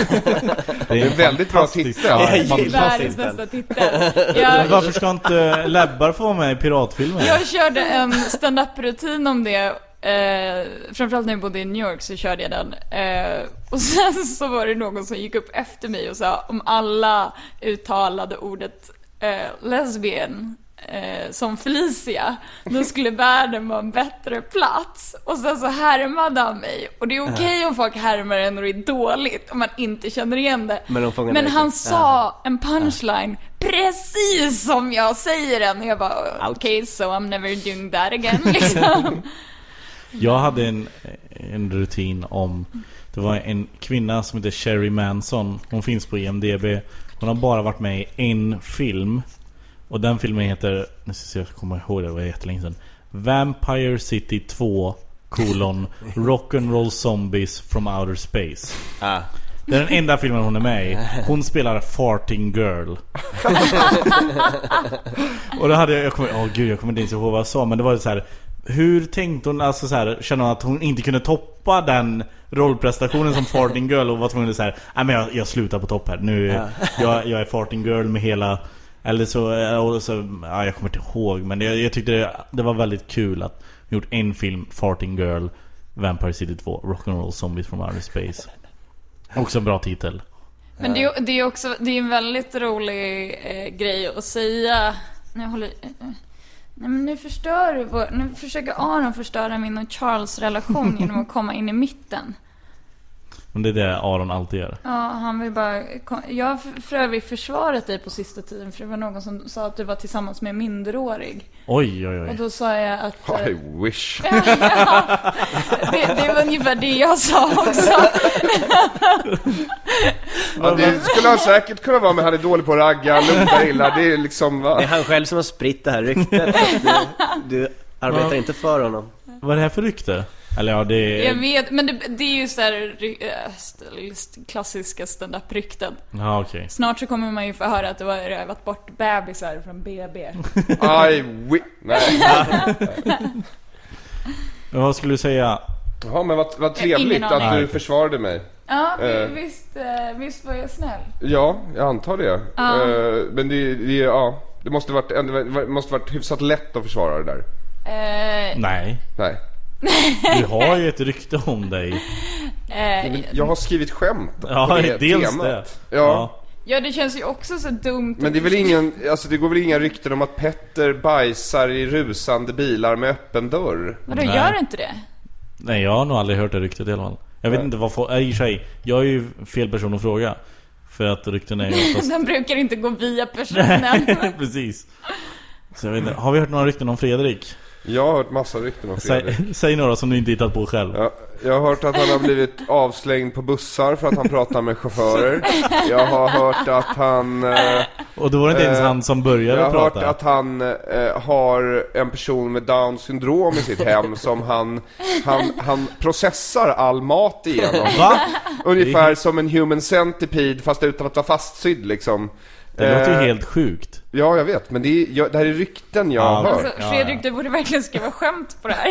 Det är en väldigt bra fantastisk- titel. Ja, Jag fan- gillar- Världens Fantastiskt. bästa titel. Jag, eh, Varför ska inte Lebbar få vara med i piratfilmer? jag körde en stand-up-rutin om det Eh, framförallt när jag bodde i New York så körde jag den. Eh, och sen <laughs> så var det någon som gick upp efter mig och sa om alla uttalade ordet eh, lesbian eh, som Felicia, då skulle världen vara en bättre plats. Och sen så härmade han mig. Och det är okej om folk härmar en och det är dåligt om man inte känner igen det. Men de fångar Men dig. han sa en punchline precis som jag säger den. Och jag bara, Ouch. okej, so I'm never doing that again. <laughs> Liksom. Jag hade en, en rutin om... Det var en kvinna som heter Sherry Manson. Hon finns på IMDB. Hon har bara varit med i en film. Och den filmen heter... Nu ska vi se om jag kommer ihåg det, det var jättelänge sedan. Vampire City 2 kolon Rock'n'Roll Zombies from Outer Space. Ah. Det är den enda filmen hon är med i. Hon spelar Farting Girl. och då hade jag, jag kommer, åh gud jag kommer inte ens ihåg vad jag sa men det var ju så här. Hur tänkte hon, alltså så här, kände hon att hon inte kunde toppa den rollprestationen som Farting Girl och var tvungen att säga Nej men jag, jag slutar på topp här, nu, jag, jag är Farting Girl med hela Eller så, eh, och så ja, jag kommer inte ihåg men jag, jag tyckte det, det var väldigt kul att hon gjort en film, Farting Girl Vampire City 2, Rock'n'Roll Zombies from Outer Space Också en bra titel Men det är, det är också det är en väldigt rolig eh, grej att säga. Nu håller, eh, eh. nej, men nu förstör du vår, Nu försöker Aron förstöra min och Charles relation genom att komma in i mitten. Men det är det Aron alltid gör Ja, han vill bara... kom- Jag har för- för övrigt försvarat dig på sista tiden för det var någon som sa att du var tillsammans med en minderårig. Oj oj Och oj då sa jag att... eh, I wish. Det, det var ungefär det jag sa också. Ja, det skulle han säkert kunna vara men han är dålig på att ragga, luktar illa. Det är liksom <laughs> Det är va? han själv som har spritt det här ryktet. Du, du arbetar Ja. inte för honom. Vad är det här för rykte? Eller ja det Jag är... vet, men det, det är ju så här eh, st- klassiska standup-rykten. Ja okej Snart så kommer man ju få höra att du har rövat bort bebisar från BB. I wish. Nej. Men vad skulle du säga? Jaha men vad, vad trevligt Ingen att aning. du försvarade mig. Ja, vi- Eh. visst, eh, visst var jag snäll? Ja, jag antar det. Ja. Eh, Men det, det, ja. det måste varit, det måste varit hyfsat lätt att försvara det där. Eh, Nej Nej. Du har ju ett rykte om <laughs> dig eh, Men Jag har skrivit skämt på Ja, det <laughs> dels temat. det Ja. ja, det känns ju också så dumt. Men det är väl ingen, alltså det går väl inga rykten om att Petter bajsar i rusande bilar med öppen dörr? Vadå, Nej. gör du inte det? Nej jag har nog aldrig hört det ryktet i alla fall Jag vet Nej. inte vad folk... äh, I och för sig, jag är ju fel person att fråga För att rykten är ju <laughs> oftast... Den brukar inte gå via personen. <laughs> Precis Så jag vet inte, har vi hört några rykten om Fredrik? Jag har hört massa rykten om Fredrik. Säg, <laughs> säg några som du inte hittat på själv Ja, jag har hört att han har blivit avslängd på bussar för att han pratar med chaufförer. Jag har hört att han... Eh, Och då var det inte ens Eh, han som började jag har hört prata att han eh, har en person med down syndrom i sitt <laughs> hem som han, han, han processar all mat igenom. Va? Ungefär som en human centipede fast utan att vara fastsydd liksom. Det låter Eh, ju helt sjukt Ja, jag vet, men det, är, jag, det här är rykten jag Ja, har hört. Alltså, Ja, Fredrik, ja. du borde verkligen skriva skämt på det här.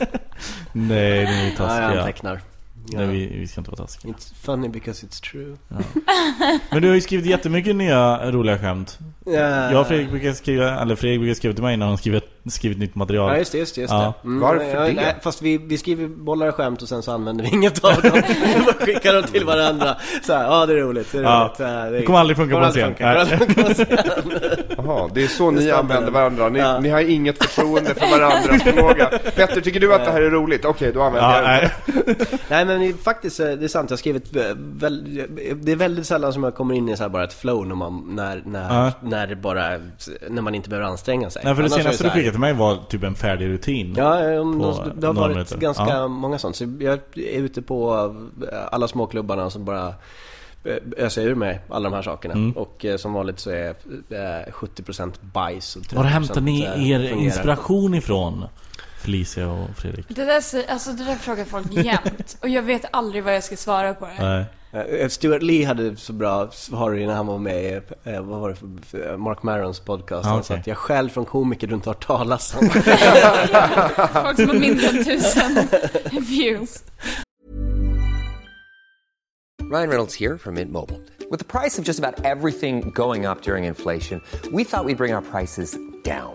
Nej, ni är Ja, jag taskiga antecknar. Ja. Nej, vi, vi ska inte vara taskiga It's funny because it's true. Men du har ju skrivit jättemycket nya roliga skämt. Jag och Fredrik brukar skriva, eller Fredrik brukar skriva till mig när han skrivit, skrivit nytt material. Ja just det, just det, just Ja. det. Mm, Varför ja, det? nej, fast vi, vi skriver bollar och skämt och sen så använder vi inget av dem. <laughs> Vi bara skickar dem till varandra. Så här, ja det är roligt, det är Ja. roligt. så här, Det kommer aldrig funka på en scen. kommer aldrig funka på en scen. Jaha, det är så ni standarden. använder varandra. Ni, Ja. ni har inget förtroende för <laughs> varandras förmåga. Petter, tycker du att det här är roligt? Okej, då använder Ja, jag det. nej. <laughs> Nej men det är faktiskt, eh, det är sant, jag har skrivit eh, väl, Det är väldigt sällan som jag kommer in i så här bara ett flow när man, när, när, Ja. när det bara, när man inte behöver anstränga sig Nej, för det Annars är senaste så du här- skickade till mig var typ en färdig rutin. Ja, eh, om på de, det har några varit minuter. ganska Ja. många sånt. Så jag är ute på eh, alla småklubbarna som bara eh, öser ur mig alla de här sakerna. Mm. Och eh, som vanligt så är eh, 70% bajs och 30% Var hämtar ni eh, er fungerar. inspiration ifrån? Felicia och Fredrik. Det där, säger- alltså, det där frågar folk jämt. Och jag vet aldrig vad jag ska svara på det. Nej. Eh, Stuart Lee hade så bra svar när han var med i, eh, vad var det för- för, Mark Marons podcast. Ah, han okej. sa att jag skäl från komiker du inte har hört talas <laughs> om. Folk som har mindre än tusen views. Ryan Reynolds here from Mint Mobile. With the price of just about everything going up during inflation, we thought we'd bring our prices down.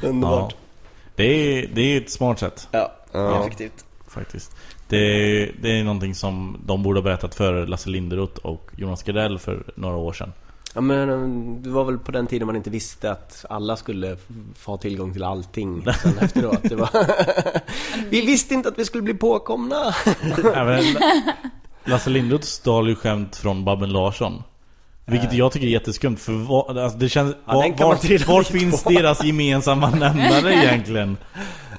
Ja. Underbart. Det är, det är ett smart sätt Ja, Oh. Ja. effektivt. faktiskt. Det är, det är någonting som de borde ha berättat för Lasse Linderoth och Jonas Gardell för några år sedan. Ja, men eh, det var väl på den tiden man inte visste att alla skulle f- få ha tillgång till <laughs> allting sen efteråt. Det var vi visste inte att vi skulle bli påkomna. <laughs> <laughs> Även Lasse Linderoth stal ju skämt från Babben Larsson. Vilket jag tycker är jätteskumt för vad, alltså det känns, Eh. Ja, den var, kan man trilla var, var dit finns på. deras gemensamma <laughs> nämnare egentligen?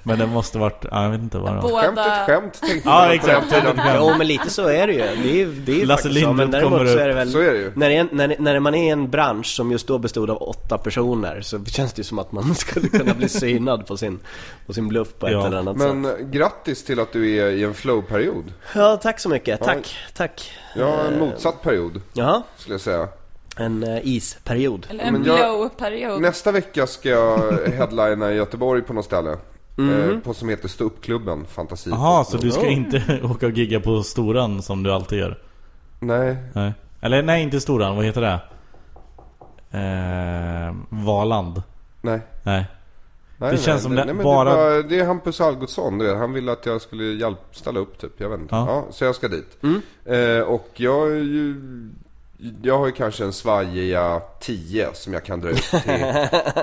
Men det måste varit, ja, jag vet inte vad det var. Skämt ett Båda... skämt tänkte Ja, jag på exakt. den tiden. Jo men lite så är det ju. Det är, det är ju Lasse faktiskt så, Lindroth men däremot kommer så upp. är det väl, Så är det ju. När, en, när, när man är i en bransch som just då bestod av åtta personer så känns det ju som att man <laughs> skulle kunna bli synad på sin, på sin bluff på ett Ja, eller annat sätt. Men eh, grattis till att du är i en flow-period. Ja, tack så mycket. Tack, tack. Jag har Eh. en motsatt period, Jaha, skulle jag säga. en eh, isperiod. Eller en Men jag- blow-period. Nästa vecka ska jag headlina i Göteborg på något ställe. Eh, På som heter Ståuppklubben, fantasi. Mm-hmm. Jaha, så du ska inte <laughs> åka och gigga på Storan som du alltid gör? Nej, Nej. Eller nej, inte Storan, vad heter det? Eh, Valand? nej. Nej. Nej, Det nej, känns som nej, det nej, men bara- Det, var, det är Hampus Algotsson, du vet. Han ville att jag skulle hjälp, ställa upp typ, jag vet inte. Ja. Ja. så jag ska dit. Eh, och jag är ju... Jag har ju kanske en svajiga 10 som jag kan dra ut till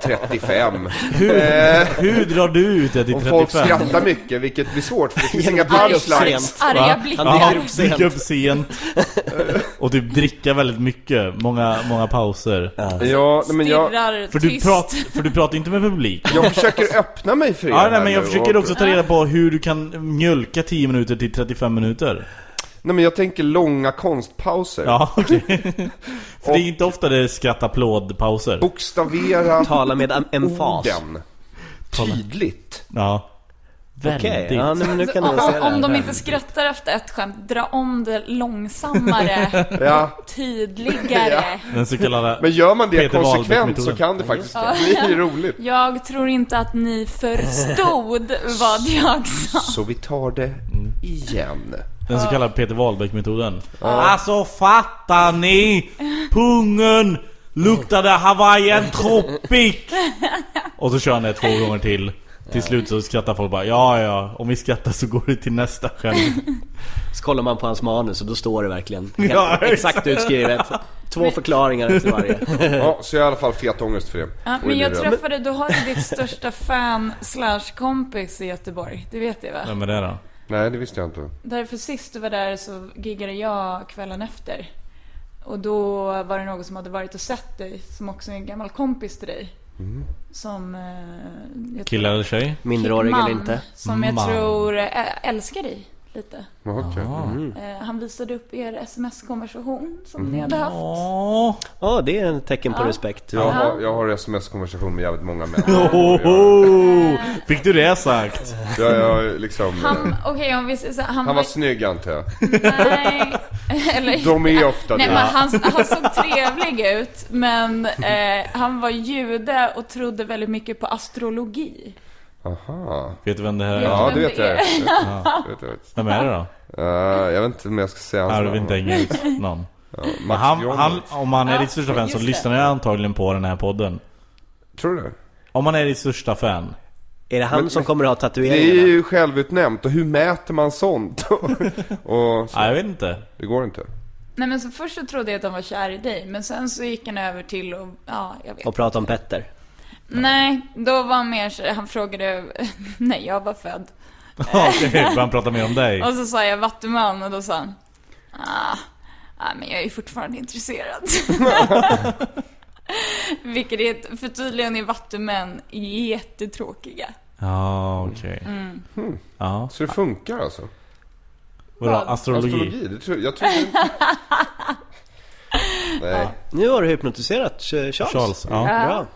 35. eh, Hur drar du ut det till om folk 35? skrattar mycket, vilket blir svårt för det finns Genom inga att dyka upp punchlines. sent. Arga Han blickar. Ja, dyker upp sent. dyka upp sent. Och typ dricka väldigt mycket. Många, många pauser. Ja, nej, men jag, Stirrar För, du tyst. prat, för du pratar ju inte med publik. jag försöker öppna mig för er Ja, nej, här men jag nu försöker och- också ta reda på hur du kan mjölka 10 minuter till 35 minuter. Nej men jag tänker långa konstpauser. Ja, <laughs> okej. För det är inte ofta det är skratt-applåd-pauser. Bokstavera Tala med em- emfas. orden. Tydligt. Ja. Okej, Väldigt. ja, nej, men nu kan Om, man se det. Alltså, om de inte skrattar efter ett skämt, dra om det <laughs> långsammare, Ja. tydligare. Den så kallade... Men gör man det Peter konsekvent så Wahlbeck-metoden. kan det faktiskt bli roligt. Jag tror inte att ni förstod vad jag sa. Så vi tar det igen. Den så kallade Peter Wahlbeck-metoden. Alltså fattar ni? Pungen luktade Hawaiian tropic! Och så kör han det två gånger till. Till slut så skrattar folk bara ja ja, om vi skrattar så går det till nästa skämt. Så kollar man på hans manus och då står det <laughs> verkligen helt, Ja, exakt. exakt utskrivet. Två förklaringar efter varje. Eh. Ja, så jag har i alla fall fetångest för det. Ja, Och men jag blir träffade, du har ju ditt största fan slash kompis i Göteborg, det vet du va? Vem är det då? Nej, det visste jag inte. Därför sist du var där så giggade jag kvällen efter. Och då var det någon som hade varit och sett dig, som också är en gammal kompis till dig. Som... Eh, jag Kille eller tjej? Minderårig man, eller inte. Som jag Man. tror ä- älskar dig lite. Jaha, okej. Mm. Eh, han visade upp er sms-konversation som ni hade haft. Åh, Ja, det är ett tecken på respekt. Jag har, jag har sms-konversation med <laughs> jävligt många män. Jag, oh, fick du det sagt? jag, jag, liksom, Han, eh, okej om vi säger så här, han, han var snygg antar jag. <laughs> Nej, eller... De är ofta Nej, det. men han, han såg trevlig ut, men eh, han var jude och trodde väldigt mycket på astrologi. Aha. Vet du vem det här är? Ja, Vet du du vet vem det. det är? Ja, vet, vet. Vem är det då? Eh, jag vet inte om jag ska säga hans Arvid namn. Dengels någon. Ja, Men Max han, Gronholm. han, om han är Ja, ditt största fan så just det. lyssnar jag antagligen på den här podden. Tror du? Om han är ditt största fan. Är det han Men- som kommer att ha Det är tatueringarna? ju självutnämnt och hur mäter <laughs> man sånt? och Nej, jag så, vet inte. det går inte. Nej men så först så trodde jag att han var kär i dig, men sen så gick han över till och, ja jag vet. Och prata om Petter. Nej, då var han mer så- han frågade <laughs> när jag var född. Okej, men han pratar mer om dig. Och så sa jag vattuman och då sa han, ah, nej men jag är ju fortfarande intresserad. Vilket är, ett- för tydligen är vattumän jättetråkiga. Ja, okej. Hmm. Ja, Så det funkar alltså? vadå? Astrologi? Astrologi? Det tror, jag tror <laughs> inte... Nej, Nu har du hypnotiserat eh, Charles. Charles, ja. Bra.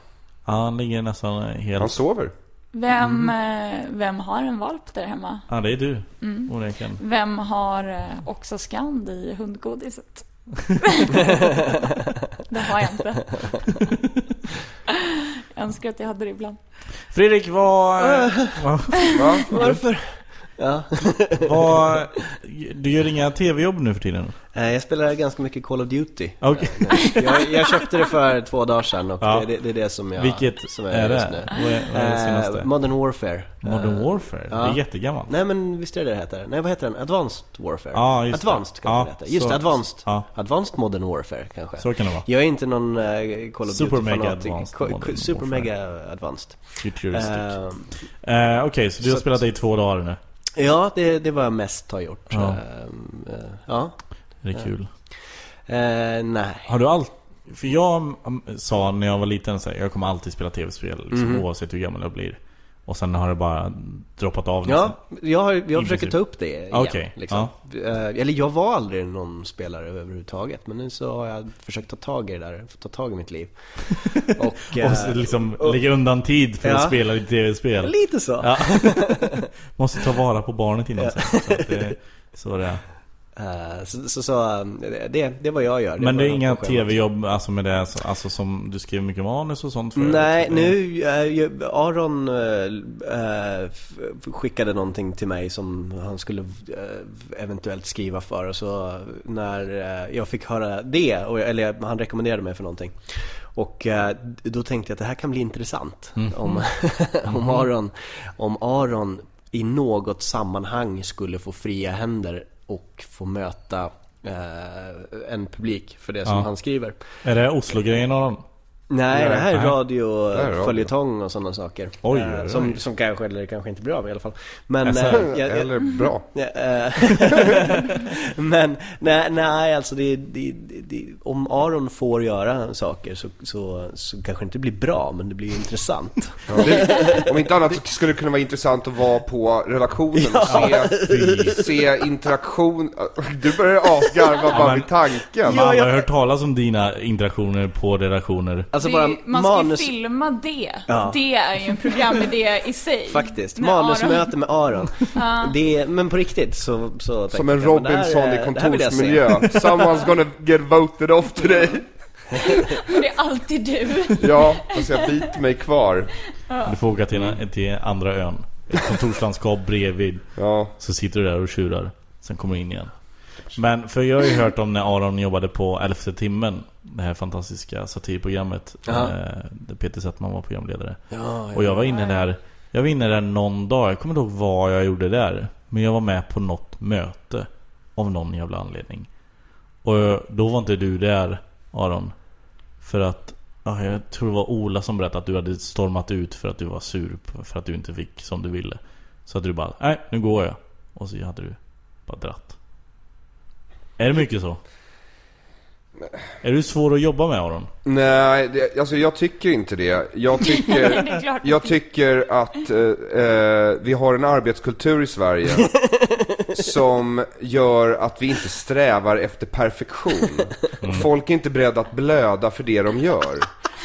Ja, han ligger nästan han helt... sover. Mhm. Vem, eh, vem har en valp där hemma? Ja, det är du. Onekligen. Vem har eh, också skand i <laughs> hundgodiset? det har jag inte. jag önskar att jag hade det ibland. Fredrik, vad... vad- Va? Varför? Ja. vad... Du gör inga tv-jobb nu för tiden? Eh, Jag spelar ganska mycket Call of Duty. Okej. Jag, jag köpte det för två dagar sedan och Ja. det, det, det är det som jag Vilket som är just det? nu. Vad är, vad är det senaste? Eh, Modern Warfare. Eh, Modern Warfare? Det är ja. jättegammalt. Nej men visst är det det heter? Nej vad heter den? Advanced Warfare? Ja, just det. Advanced kanske Ja, det heter. Just så- det, Advanced. ja. Advanced Modern Warfare kanske. Så kan det vara. Jag är inte någon eh, Call of Super Duty mega fanatik. advanced Ko- ko- Modern Super Warfare. mega advanced. Futuristic. Eh, Eh, Okej, så du har så- spelat det i två dagar nu. Eh, ja, det, det var jag mest har gjort. Ja. Ehm, eh, ja. Det är kul. Eh, nej. Har du allt... För jag mm, sa när jag var liten så här, jag kommer alltid spela tv-spel liksom, Mhm. oavsett hur gammal jag blir. Och sen har det bara droppat av Ja, nästan. jag, har, jag försöker princip. ta upp det igen. alltså, Okej, Liksom. Eh, Eller jag var aldrig någon spelare överhuvudtaget. Men nu så har jag försökt ta tag i det där, fått ta tag i <laughs> mitt liv. Och, eh, Och så liksom lägga undan tid för att Ja. spela lite tv-spel. lite så. Ja. Måste ta vara på barnet innan sen. Så, att det, så det är. Eh, Så, så, så eh, det, det är vad jag gör. Men vad det är jag inga har på schemat. tv-jobb alltså med det alltså, alltså som du skrev mycket manus och sånt för? Nej, Så det- nu, eh, ju- Aron eh, eh, f- skickade någonting till mig som han skulle eh, eventuellt skriva för och så när eh, jag fick höra det, och- eller han rekommenderade mig för någonting och eh, då tänkte jag att det här kan bli intressant Mm. om, <laughs> om, Aron, om Aron i något sammanhang skulle få fria händer och få möta eh, en publik för det som Ja. han skriver. Är det Oslo-grejen Aron? Nej, Nej, det här är nej. radio, Det här är radio. följetong och sådana saker. Oj, Eh, oj, oj. Som, som kanske, eller kanske inte blir av i alla fall. Men... SR. eh, jag- jag- Alltså, Eller bra. eh, <laughs> Men nej, nej alltså det, det, det, det, om Aron får göra saker så, så, så kanske det inte blir bra, men det blir ju <laughs> intressant. Det, om inte annat så skulle det kunna vara intressant att vara på relationen och se, se interaktion. Du börjar asgarva bara men- vid tanken. Man har hört talas om dina interaktioner på redaktioner. Alltså Det- bara man ska manus... ju filma det. Ja. Det är ju en programidé i sig. Faktiskt, När Aron- manusmöte <laughs> med Aron. det, är- men på riktigt så, så Som tänkte en jag, men det här Robinson är- i det här vill jag se. kontorsmiljö. <laughs> Someone's gonna get voted off today. Det är alltid <laughs> du. Ja, fast jag biter mig kvar. Du får åka till, en, till andra ön. Ett kontorslandskap bredvid. Ja, Så sitter du där och tjurar. Sen kommer du in igen. Men för jag har ju hört om när Aron jobbade på Elfte timmen. Det här fantastiska satirprogrammet. Ja. eh, Där Peter Settman var programledare. Ja, Och jag var inne där Jag var inne där någon dag, jag kommer inte ihåg vad jag gjorde där Men jag var med på något möte Av någon jävla anledning Och jag- då var inte du där Aron För att ja, Jag tror det var Ola som berättade att du hade stormat ut för att du var sur på- För att du inte fick som du ville Så att du bara, nej nu går jag Och så hade du bara dratt Är det mycket så? Är du svår att jobba med Aron? Nej, det, alltså jag tycker inte det. Jag tycker, Det är klart. jag tycker att eh, eh, vi har en arbetskultur i <laughs> Sverige som gör att vi inte strävar efter perfektion. Mm. Och folk är inte beredda att blöda för det de gör.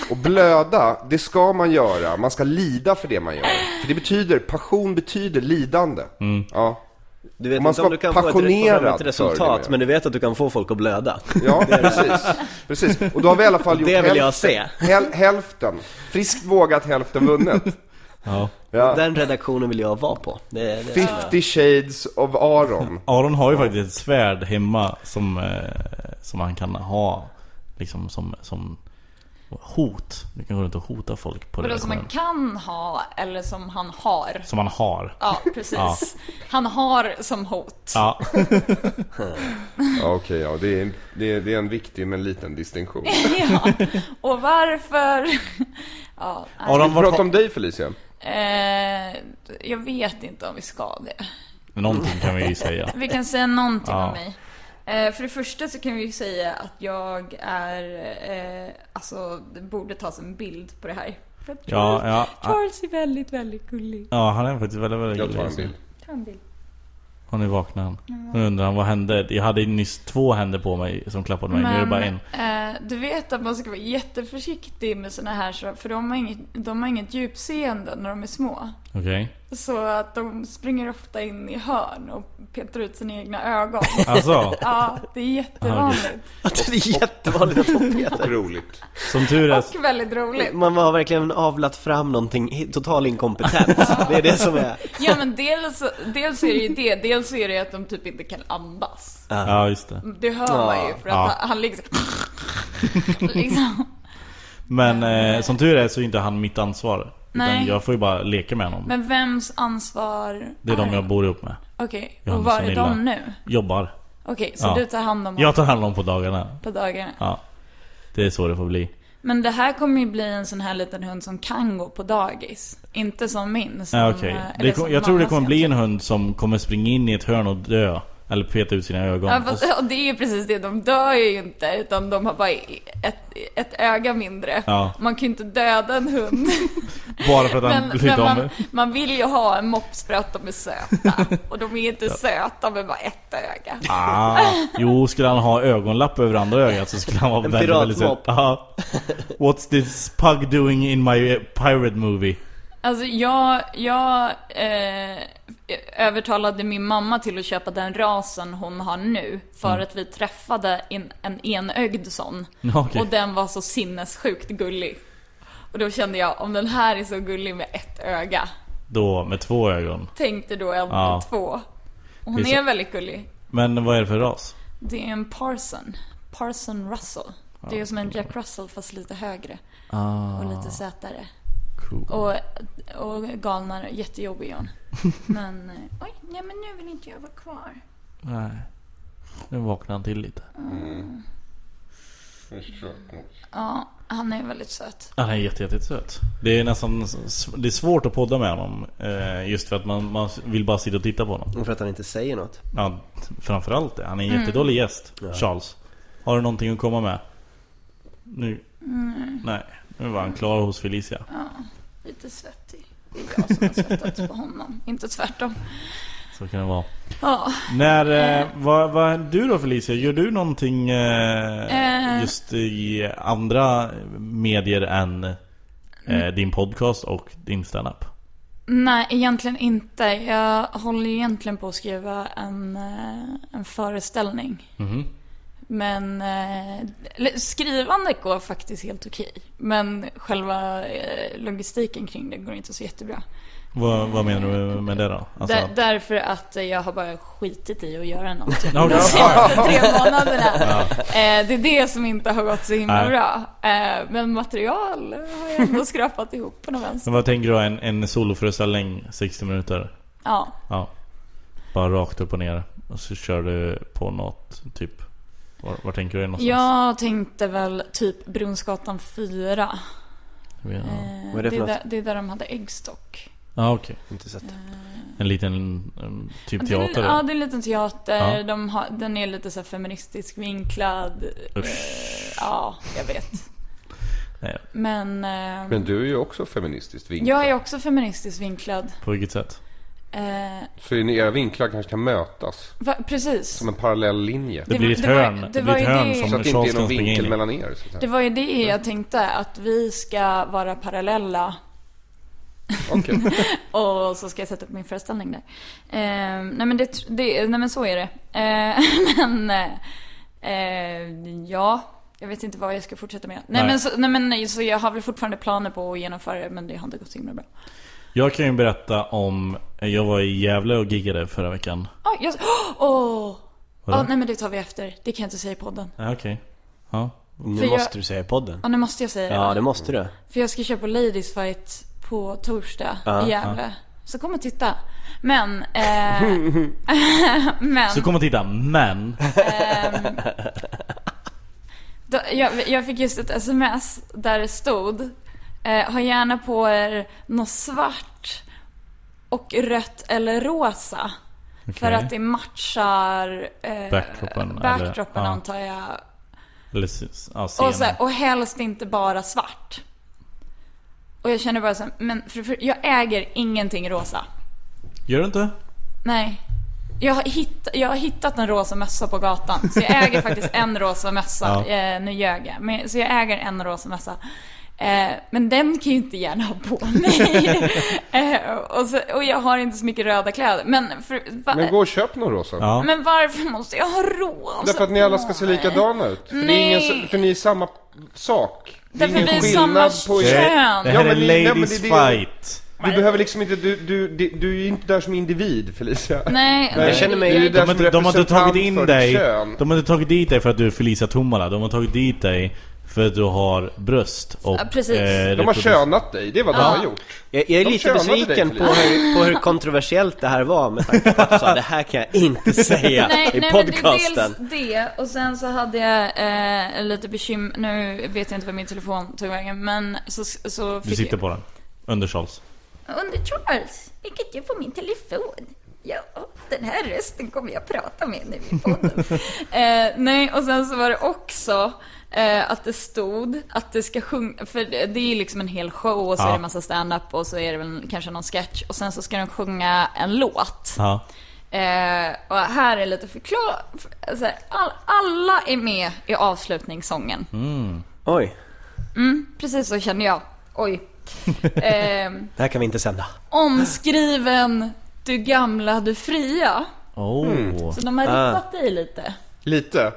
Och blöda, det ska man göra. Man ska lida för det man gör. För det betyder, passion betyder lidande. Mm. Ja. Du vet Om man inte ska om du kan få ett, passionerad få fram ett för resultat, det. men du vet att du kan få folk att blöda. <laughs> Ja, precis. precis. Och då har vi i alla fall gjort Det vill jag hälften. se. Häl, hälften. Friskt vågat, hälften vunnet. Ja Ja. Och Den redaktionen vill jag vara på. Det, det. 50 shades of Aron. Aron har ju faktiskt ett svärd hemma som, eh, som han kan ha liksom som, som hot. Du kan gå runt och hota folk på Vadå som man redaktionen. kan ha eller som han har? Som man har. Ja, precis. Ja. Han har som hot. Ja. Ja, Okej, ja, det, är en, det, är, det är en viktig men liten distinktion. <laughs> ja. Och varför? <laughs> ja, nej. Ska vi prata om dig Felicia? Eh, jag vet inte om vi ska det. Någonting kan vi ju <laughs> säga. Vi kan säga någonting Ja. om mig. Eh, för det första så kan vi ju säga att jag är, eh, alltså det borde tas en bild på det här. För att Ja, Charles, ja. Charles är väldigt, väldigt gullig. Ja, han är faktiskt väldigt, väldigt Jag tar en gullig. bild. Ta en bild. Och nu vaknar han. Nu undrar han vad hände? Jag hade ju nyss två händer på mig som klappade mig. nu är det bara en. eh, du vet att man ska vara jätteförsiktig med såna här, så- för de har, inget, de har inget djupseende när de är små. Okej. Så att de springer ofta in i hörn och petar ut sina egna ögon. Alltså? Ja, det är jättevanligt. Det är jättevanligt att de petar. Roligt. Som tur är... <laughs> Och väldigt roligt. Man har verkligen avlat fram någonting, total inkompetens. Det är det som är... Ja men dels, dels är det ju det, dels är det att de typ inte kan andas. Ja, just det. Det hör man ju för att Ja. han, han liksom... <laughs> liksom. Men eh, som tur är så är inte han mitt ansvar. Utan Nej. jag får ju bara leka med honom. Men vems ansvar Det är de jag bor ihop med. Okej, och Johannes var och är Nilla. de nu? Jobbar. Okej, så Ja. du tar hand om Jag honom tar hand om på dagarna. på dagarna. Ja. Det är så det får bli. Men det här kommer ju bli en sån här liten hund som kan gå på dagis. Inte som min. Som, Ja, okej. eh, Det eller kom, som jag tror det mammas kommer bli hund. en hund som kommer springa in i ett hörn och dö. Eller peta ut sina ögon. Ja, Och fast, s- ja, det är ju precis det. De dör ju inte, utan de har bara ett, ett öga mindre. Ja. Man kan ju inte döda en hund. bara <laughs> för att han <laughs> Men, blir men av man, med... man vill ju ha en mops för att de <laughs> är söta. Och de är inte söta med bara ett öga. Ah, jo, skulle han ha ögonlapp över andra ögat så skulle han vara En väldigt, väldigt söt. piratmopp. Ja. What's this pug doing in my eh, pirate movie? Alltså jag, jag eh, övertalade min mamma till att köpa den rasen hon har nu. För att vi träffade en, en enögd sån. Mm. Ja, okej. Och den var så sinnessjukt gullig. Och då kände jag, om den här är så gullig med ett öga. Då, med två ögon. Tänkte då en Ja. och två. Och hon Det är så- är väldigt gullig. Men vad är det för ras? Det är en parson. Parson Russell. Det är som en Jack Russell fast lite högre. Ah. Och Ah. lite sötare. Cool. Och, och galnare. <laughs> Jättejobbig är hon. Men eh, oj, nej men nu vill inte jag vara kvar. Nej. Nu vaknar han till lite. Ja, han är väldigt söt. Han är jätte, jätte söt. Det är nästan... s- Det är svårt att podda med honom. eh, Just för att man, man vill bara sitta och titta på honom. Och För att han inte säger något. Ja, framförallt det. Han är en jättedålig gäst, Charles. Har du någonting att komma med? Nu? Nej. Nu var han klar hos Felicia. Lite svettig. Det är jag som har svettats på honom. Inte tvärtom. Så kan det vara. Ja, När, eh, vad, vad, du då Felicia? Gör du någonting eh, Eh. just i andra medier än eh, din podcast och din standup? nej egentligen inte. Jag håller ju egentligen på att skriva en, eh, en föreställning. Mhm. Men eh, eller skrivandet går faktiskt helt okej. Men själva eh, logistiken kring det går inte så jättebra. Vad, vad menar du med det då? Alltså, Där, därför att eh, jag har bara skitit i att göra någonting Ja, okej. de senaste tre månaderna. Eh, det är det som inte har gått så himla Nej. bra. Eh, men material har jag ändå skrapat ihop på något vänster. men vad tänker du? En, en soloföreställning, 60 minuter? Ja, Ja. Bara rakt upp och ner. Och så kör du på något typ. Var, var tänker du dig någonstans? jag tänkte väl typ Brunnsgatan 4. Ja. Eh, Vad är det för något? där, det är där de hade äggstock. Ja okej. Inte sett. Mm. En liten um, typ Det är en- teater. Ja, då. det är en liten teater. Ja. De har, den är lite så här feministisk vinklad. Eh, Ja, jag vet. <laughs> Nej. Men, eh, Men du är ju också feministiskt vinklad. jag är också feministiskt vinklad. På vilket sätt? Eh, Så ni- era vinklar kanske kan mötas va, precis. som en parallell linje. Det, Det blir var- ett det var- hörn. det Det blir var ett ju hörn det- som Så att det inte Charles är någon kan springa in vinkel i. mellan er. Så att Det säga. var ju det jag tänkte, att vi ska vara parallella Okej. och så ska jag sätta upp min föreställning där. Eh, nej, men det, det, nej men så är det. Eh, <laughs> men eh, eh, ja, jag vet inte vad jag ska fortsätta med. Nej, Nej. Men, så, nej men så jag har väl fortfarande planer på att genomföra det men det har inte gått så himla bra. Jag kan ju berätta om... eh, Jag var i Gävle och giggade förra veckan. Oj, Ah, jag... <gasps> Åh! Vadå? Ja, nej men det tar vi efter. Det kan jag inte säga i podden. Ja, okej. Ja. För Nu jag- måste du säga i podden. Ja, nu måste jag säga det. Ja, det måste du. För jag ska köra på Ladies Fight på torsdag Ja, i Gävle. Så kom och titta. Men, <laughs> eh, <laughs> men. Så kom och titta, men... ehm, då, jag, jag fick just ett sms där det stod. Eh, ha gärna på er något svart och rött eller rosa. För Okej. att det matchar eh, Backdropen eller- backdropen ja. antar jag. Eller s- ja, Och, scenen. så här, och helst inte bara svart. Och jag känner bara så här, men för, för, jag äger ingenting rosa. Gör du inte? Nej. Jag har, hitt, jag har hittat en rosa mössa på gatan. Så jag äger faktiskt en <laughs> rosa mössa. Ja. Eh, nu ljög jag. Men, så jag äger en rosa mössa. Eh, men den kan ju inte gärna ha på mig. <laughs> eh, och, så, och jag har inte så mycket röda kläder. Men, för, va, Men gå och köp någon rosa. Ja. men varför måste jag ha rosa Därför att ni alla på ska se mig? likadana ut. För, det är ingen, Nej. för ni är samma sak. Det är Därför ingen vi är samma skillnad på Det, er. kön. det Ja, här är men ni- nej, men ladies det är det- fight. Du behöver liksom inte, du, du, du, du är ju inte där som individ Felicia. Nej, Jag känner mig- jag- Det är De, har som inte- de har inte representant tagit in för dig kön. De har inte tagit dit dig för att du är Felicia Tomala. De har tagit dit dig för att du har bröst och... eh, Ja, precis. De har reproduc- könat dig, det är vad de har gjort. Jag, jag är De lite könade dig, besviken på Felicia. hur, på hur kontroversiellt det här var med tanke på att du sa det här kan jag inte säga i podcasten. Men det är dels det och sen så hade jag eh, lite bekymmer. Nu vet jag inte vad min telefon tog vägen men så, så fick Du sitter jag... på den. Under Charles. Under Charles, vilket jag på min telefon. Ja, den här rösten kommer jag prata med nu i <laughs> podden. eh, nej, och sen så var det också eh, att det stod att det ska sjunga, för det det är ju liksom en hel show och så Ja. är det massa stand-up och så är det väl kanske någon sketch och sen så ska de sjunga en låt. Ja. Eh, och här är lite förklar... Alltså, all, alla är med i avslutningssången. Mm. Mm, Oj, Precis så känner jag. <laughs> Oj. Eh, det här kan vi inte sända. omskriven Du gamla, du fria. Oh. Så de har rippat dig lite. Lite.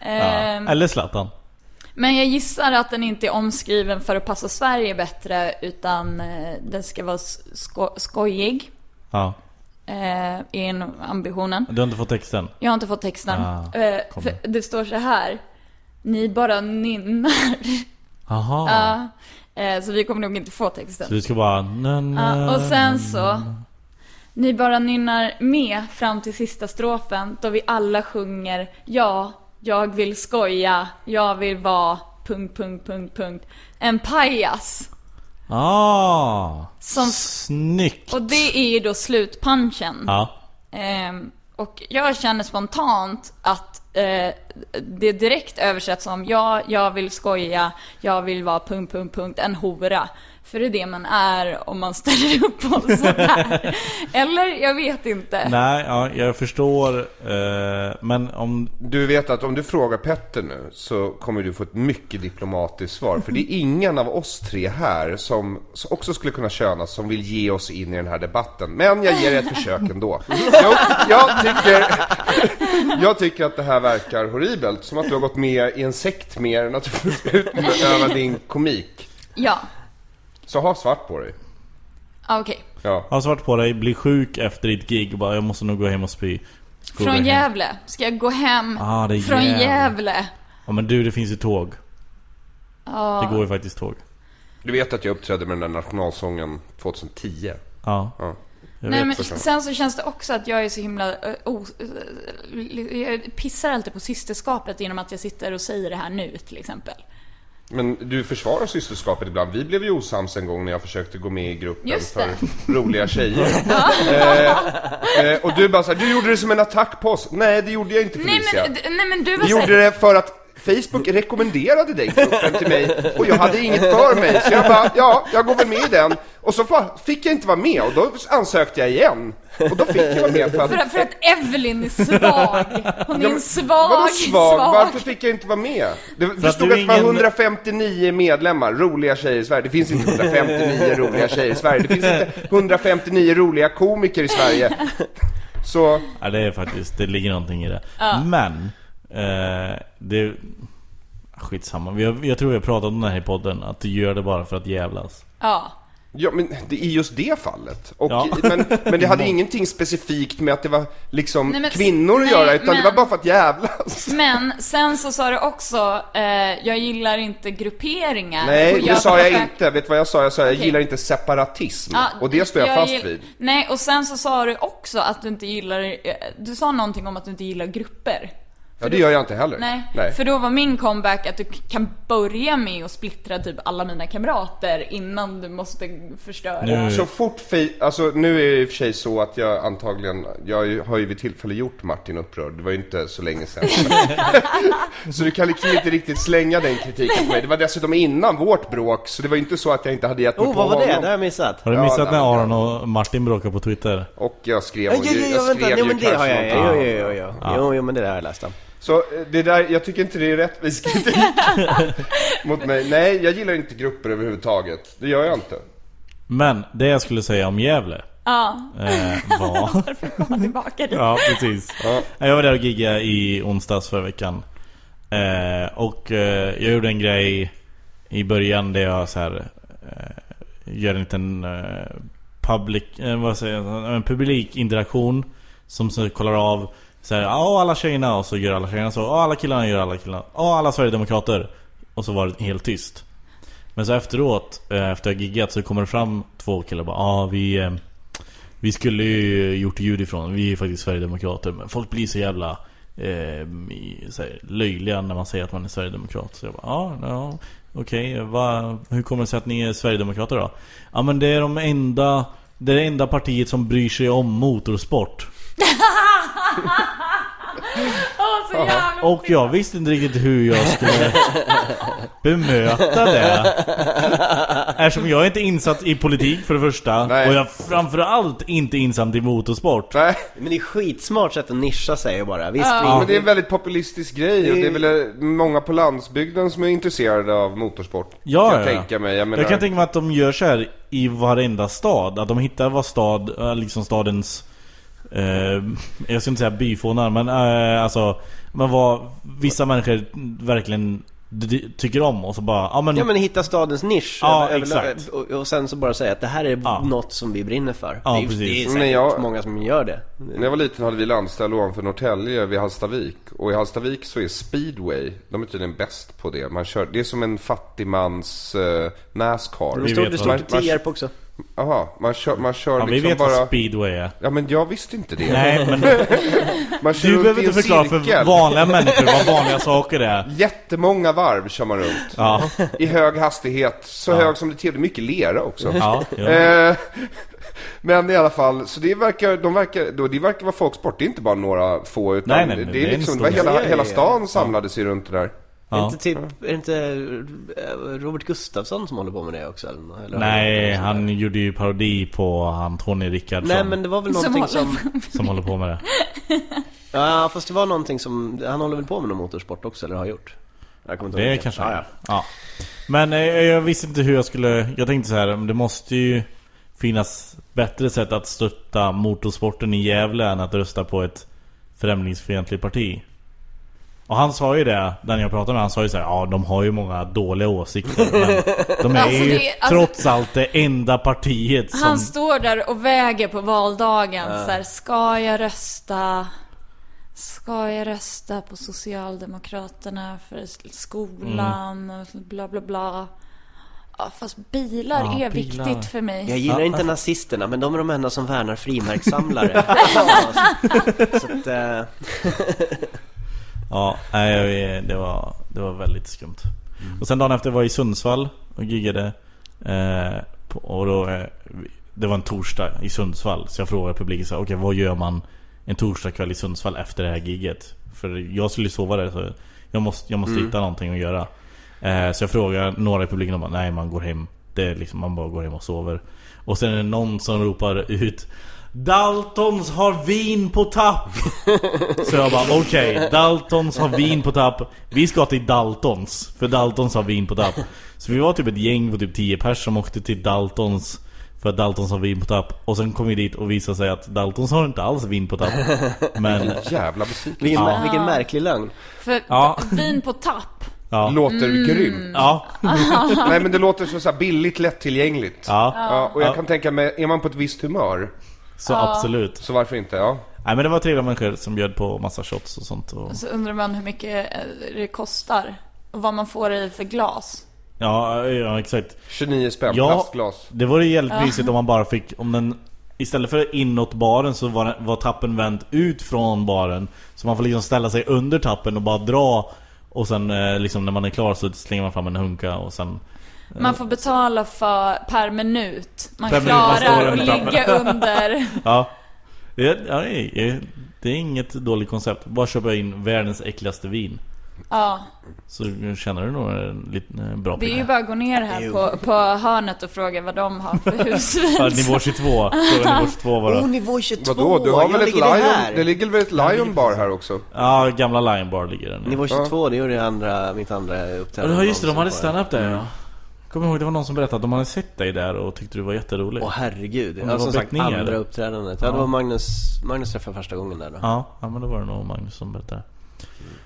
Eh, Eller Zlatan. Men jag gissar att den inte är omskriven för att passa Sverige bättre utan eh, den ska vara sko- skojig. Ja. Eh, är nog ambitionen. Du har inte fått texten? Jag har inte fått texten. Ah, Eh, kommer. för det står så här. Ni bara nynnar. Aha. <laughs> Ja. Eh, så vi kommer nog inte få texten. Så du ska bara... Na, na, Ja, och sen så. Ni bara nynnar med fram till sista strofen då vi alla sjunger Ja, jag vill skoja, jag vill vara... Punkt, punkt, punkt, punkt. En pajas. Ah. Som- Snyggt. Och det är ju då slutpunchen. Ja. Ehm, och jag känner spontant att eh, det direkt översätts som ja, jag vill skoja, jag vill vara punkt, punkt, punkt, en hora. För det är det man är om man ställer <laughs> upp <laughs> på sådär. Eller? Jag vet inte. Nej, ja, jag förstår. Eh, men om... Du vet att om du frågar Petter nu så kommer du få ett mycket diplomatiskt svar. För det är ingen av oss tre här som som också skulle kunna könas som vill ge oss in i den här debatten. Men jag ger er ett försök ändå. Jo, jag tycker, jag tycker att det här verkar horribelt. Som att du har gått med i en sekt mer än att du får utöva din komik. Ja, Så ha svart på dig. ah, okej. Ja. Har svart på dig, blir sjuk efter ditt gig och bara jag måste nog gå hem och spy. Gå Från hem. Gävle. Ska jag gå hem Ah, det är från Gävle. Gävle? Ja men du, det finns ju tåg. Det går ju faktiskt tåg. Du vet att jag uppträdde med den där nationalsången 2010. Ja. Ja. Jag Nej, vet. men förstås. sen så känns det också att jag är så himla... eh, o- eh, jag pissar alltid på systerskapet genom att jag sitter och säger det här nu till exempel. Men du försvarar systerskapet ibland. Vi blev ju osams en gång när jag försökte gå med i gruppen Just för det. roliga <laughs> tjejer. eh, eh, och du bara så här, du gjorde det som en attack på oss. Nej, det gjorde jag inte Nej Felicia. men, d- nej men du var Vi så gjorde det för att Facebook rekommenderade den gruppen till mig och jag hade inget för mig. Så jag bara, ja, jag går väl med i den. Och så fa- fick jag inte vara med och då ansökte jag igen. Och då fick jag vara med för att... för, att- för att Evelyn är svag. Hon är en svag, Vadå svag? svag. Varför fick jag inte vara med? Det, det att stod du att det var ingen- 159 medlemmar, roliga tjejer i Sverige. Det finns inte 159 roliga tjejer i Sverige. Det finns inte 159 roliga komiker i Sverige. Så, Ja, det är faktiskt, det ligger någonting i det. Men, eh, det... Skitsamma, jag, jag tror vi har pratat om det här i podden, att du gör det bara för att jävlas. Ja. Ja, men det, i just det fallet. Och, men, men det Mm. hade ingenting specifikt med att det var liksom Nej, men- kvinnor att nej, göra, utan det men- var bara för att jävlas. Men sen så sa du också, eh, jag gillar inte grupperingar. Nej, Och det sa jag försöker- inte. Vet du vad jag sa? Jag sa jag Okej. gillar inte separatism. Ja, och det står jag, fast gill- vid. Nej, och sen så sa du också att du inte gillar, eh, du sa någonting om att du inte gillar grupper. Ja, det gör jag inte heller. Nej, för då var min comeback att du k- kan börja med att splittra typ alla mina kamrater innan du måste förstöra. Och Mm. så fort fe- alltså nu är det i och för sig så att jag antagligen, jag har ju- har ju vid tillfälle gjort Martin upprörd, det var ju inte så länge <laughs> sedan. så du kan liksom inte riktigt slänga den kritiken på mig. Det var dessutom innan vårt bråk, så det var ju inte så att jag inte hade gett mig Oh, på vad var det? honom. Det har jag missat. Har du missat Ja, nej, när Aron och Martin bråkar på Twitter? Och jag skrev, Ja, och jo, jo, jag jo, skrev vänta. Jo, ju men det har jag. kanske Jo, någonting. jo, jo, jo. Jo, jo, men det där har jag läst om. Så eh, det där, jag tycker inte det är rättvis <laughs> kritik mot mig. Nej, jag gillar inte grupper överhuvudtaget. Det gör jag inte. Men det jag skulle säga om Gävle Ja. eh, var... Varför komma <laughs> tillbaka dit? Ja, precis. Nej, Jag var där och giggade i onsdags förra veckan. Eh, och eh, jag gjorde en grej i början där jag så här eh, gör en liten eh, public, eh, vad säger jag, en publikinteraktion som så kollar av så här, ja alla tjejerna och så gör alla tjejerna så, ja alla killarna gör alla killarna, ja alla Sverigedemokrater. Och så var det helt tyst. Men så efteråt, eh, efter jag giggat så kommer det fram två killar och bara ah, vi, eh, vi skulle ju gjort ljud ifrån, vi är faktiskt Sverigedemokrater men folk blir så jävla eh, i- så här, löjliga när man säger att man är Sverigedemokrat Så jag bara ah, ja, okej, va- hur kommer det sig att ni är Sverigedemokrater då? Ja men det är de enda, det är det enda partiet som bryr sig om motorsport Åh, så jävla... Och jag visste inte riktigt hur jag skulle bemöta det. Eftersom jag är inte insatt i politik för det första. Nej. Och jag är framförallt inte insatt i motorsport. Nej. Men det är skitsmart sätt att nischa sig bara. Visst, Men det är en väldigt populistisk grej och det är väl eh, många på landsbygden som är intresserade av motorsport. Ja, kan jag ja, ja. tänka mig. Jag menar, Jag kan tänka mig att de gör så här i varenda stad. Att de hittar vad stad, eh, liksom stadens... Eh, jag ska inte säga byfånar men eh, alltså... Men vad vissa människor verkligen d- tycker om och så bara... Ja men... Ja men hitta stadens nisch Ja, över- överlag. exakt. Och, och sen så bara säga att det här är något som vi brinner för Ja, det, är, precis. det är Men säkert jag- många som gör det När jag var liten hade vi landställe ovanför Norrtälje vid Hallstavik. Och i Hallstavik så är speedway, de är tydligen bäst på det. Man kör, det är som en fattigmans eh, Nascar. Det stod, det stod man, på man, Tierp också aha, man kör, man kör ja, vi liksom vet bara... vad speedway är. Ja men jag visste inte det. Nej men Man <laughs> kör Du runt behöver i inte en förklara för cirkel. vanliga människor vad vanliga saker är. Jättemånga varv kör man runt. Ja, I hög hastighet, så hög som det tillåter. Mycket lera också. ja, ja. Eh, <laughs> Men i alla fall, så det verkar, de verkar, då, det verkar vara folksport. Det är inte bara några få utan Nej, nej, nej, det, det är är en liksom, stor- det var hela, Ja, ja, hela ja, ja. stan samlade sig runt det där. ja. Inte typ, är det inte eh, Robert Gustafsson som håller på med det också? Eller, eller- Nej, han gjorde ju parodi på han Tony Rickardsson Nej men det var väl Som någonting håller som... <laughs> som håller på med det. Ja fast det var någonting som, han håller väl på med någon motorsport också eller har gjort? Jag kommer inte ihåg Det vilken. kanske ja, han ja. gör. ja. Men eh, jag visste inte hur jag skulle... Jag tänkte så här, det måste ju finnas bättre sätt att stötta motorsporten i Gävle än att rösta på ett främlingsfientligt parti. Och han sa ju det, den jag pratade med, han sa ju så här, ja de har ju många dåliga åsikter men de är Alltså, ju det är- alltså- trots allt det enda partiet som... Han står där och väger på valdagen så här, ska jag rösta? Ska jag rösta på Socialdemokraterna för skolan Mm. och bla bla bla? Ja, fast bilar Ja, bilar. är viktigt för mig. Jag gillar inte nazisterna men de är de enda som värnar frimärkssamlare Ja, så, så att, eh, Ja, nej, jag- det var, det var väldigt skumt. Och sen dagen efter var jag i Sundsvall och giggade. Eh, på- och då, eh, vi- det var en torsdag i Sundsvall. Så jag frågade publiken så här, okej vad gör man en torsdagkväll i Sundsvall efter det här gigget? För jag skulle ju sova där så jag måste, jag måste hitta någonting att göra. Eh, så jag frågade några i publiken och bara, nej man går hem. Det är liksom, man bara går hem och sover. Och sen är det någon som ropar ut Daltons har vin på tapp! Så jag bara okej, Daltons har vin på tapp Vi ska till Daltons För Daltons har vin på tapp Så vi var typ ett gäng på typ 10 pers som åkte till Daltons För att Daltons har vin på tapp Och sen kom vi dit och visade sig att Daltons har inte alls vin på tapp Men Jävla besvikelse. vilken, vilken märklig lögn För Ja. <laughs> vin på tapp Ja. Låter Mm. grym. <laughs> Ja. Nej men det låter så, så här billigt, lättillgängligt. Ja. Ja, och jag Ja. kan tänka mig, är man på ett visst humör? Så Ja. absolut. Så varför inte? Ja. Nej men det var trevliga människor som bjöd på massa shots och sånt och... Och så undrar man hur mycket eh, det kostar. Och vad man får i för glas. Ja, ja exakt 29 spänn, ja, plastglas. det vore jävligt Ja. mysigt om man bara fick Om den Istället för inåt baren så var, var tappen vänd ut från baren Så man får liksom ställa sig under tappen och bara dra Och sen eh, liksom när man är klar så slänger man fram en hunka och sen Man får betala för, per minut. Man Per minut man står klarar under att trappen. <laughs> ligga under. Ja det, ja, det är- det är inget dåligt koncept Bara köpa in världens äckligaste vin Ja. Så tjänar du nog en liten eh, bra Det är pengar. ju bara att gå ner här Jo. på, på hörnet och fråga vad de har <laughs> för husvin. Ja, nivå 22, fråga nivå 22 var <laughs> det nivå Vadå, du har jag väl ett ligger det Lion, här. det ligger väl ett Lion bar här också? Ja, gamla Lion Bar ligger den Nivå 22, det gjorde jag andra, mitt andra uppträdande. Ja just det, de hade någonsin stand-up där Mm. ja. Kommer ihåg, det var någon som berättade att de hade sett dig där och tyckte du var jätterolig. Åh herregud, Om det ja, var som sagt Bettner, andra eller? uppträdandet. Ja. Ja. det var Magnus, Magnus träffade första gången där då. Ja, ja, men då var det nog Magnus som berättade.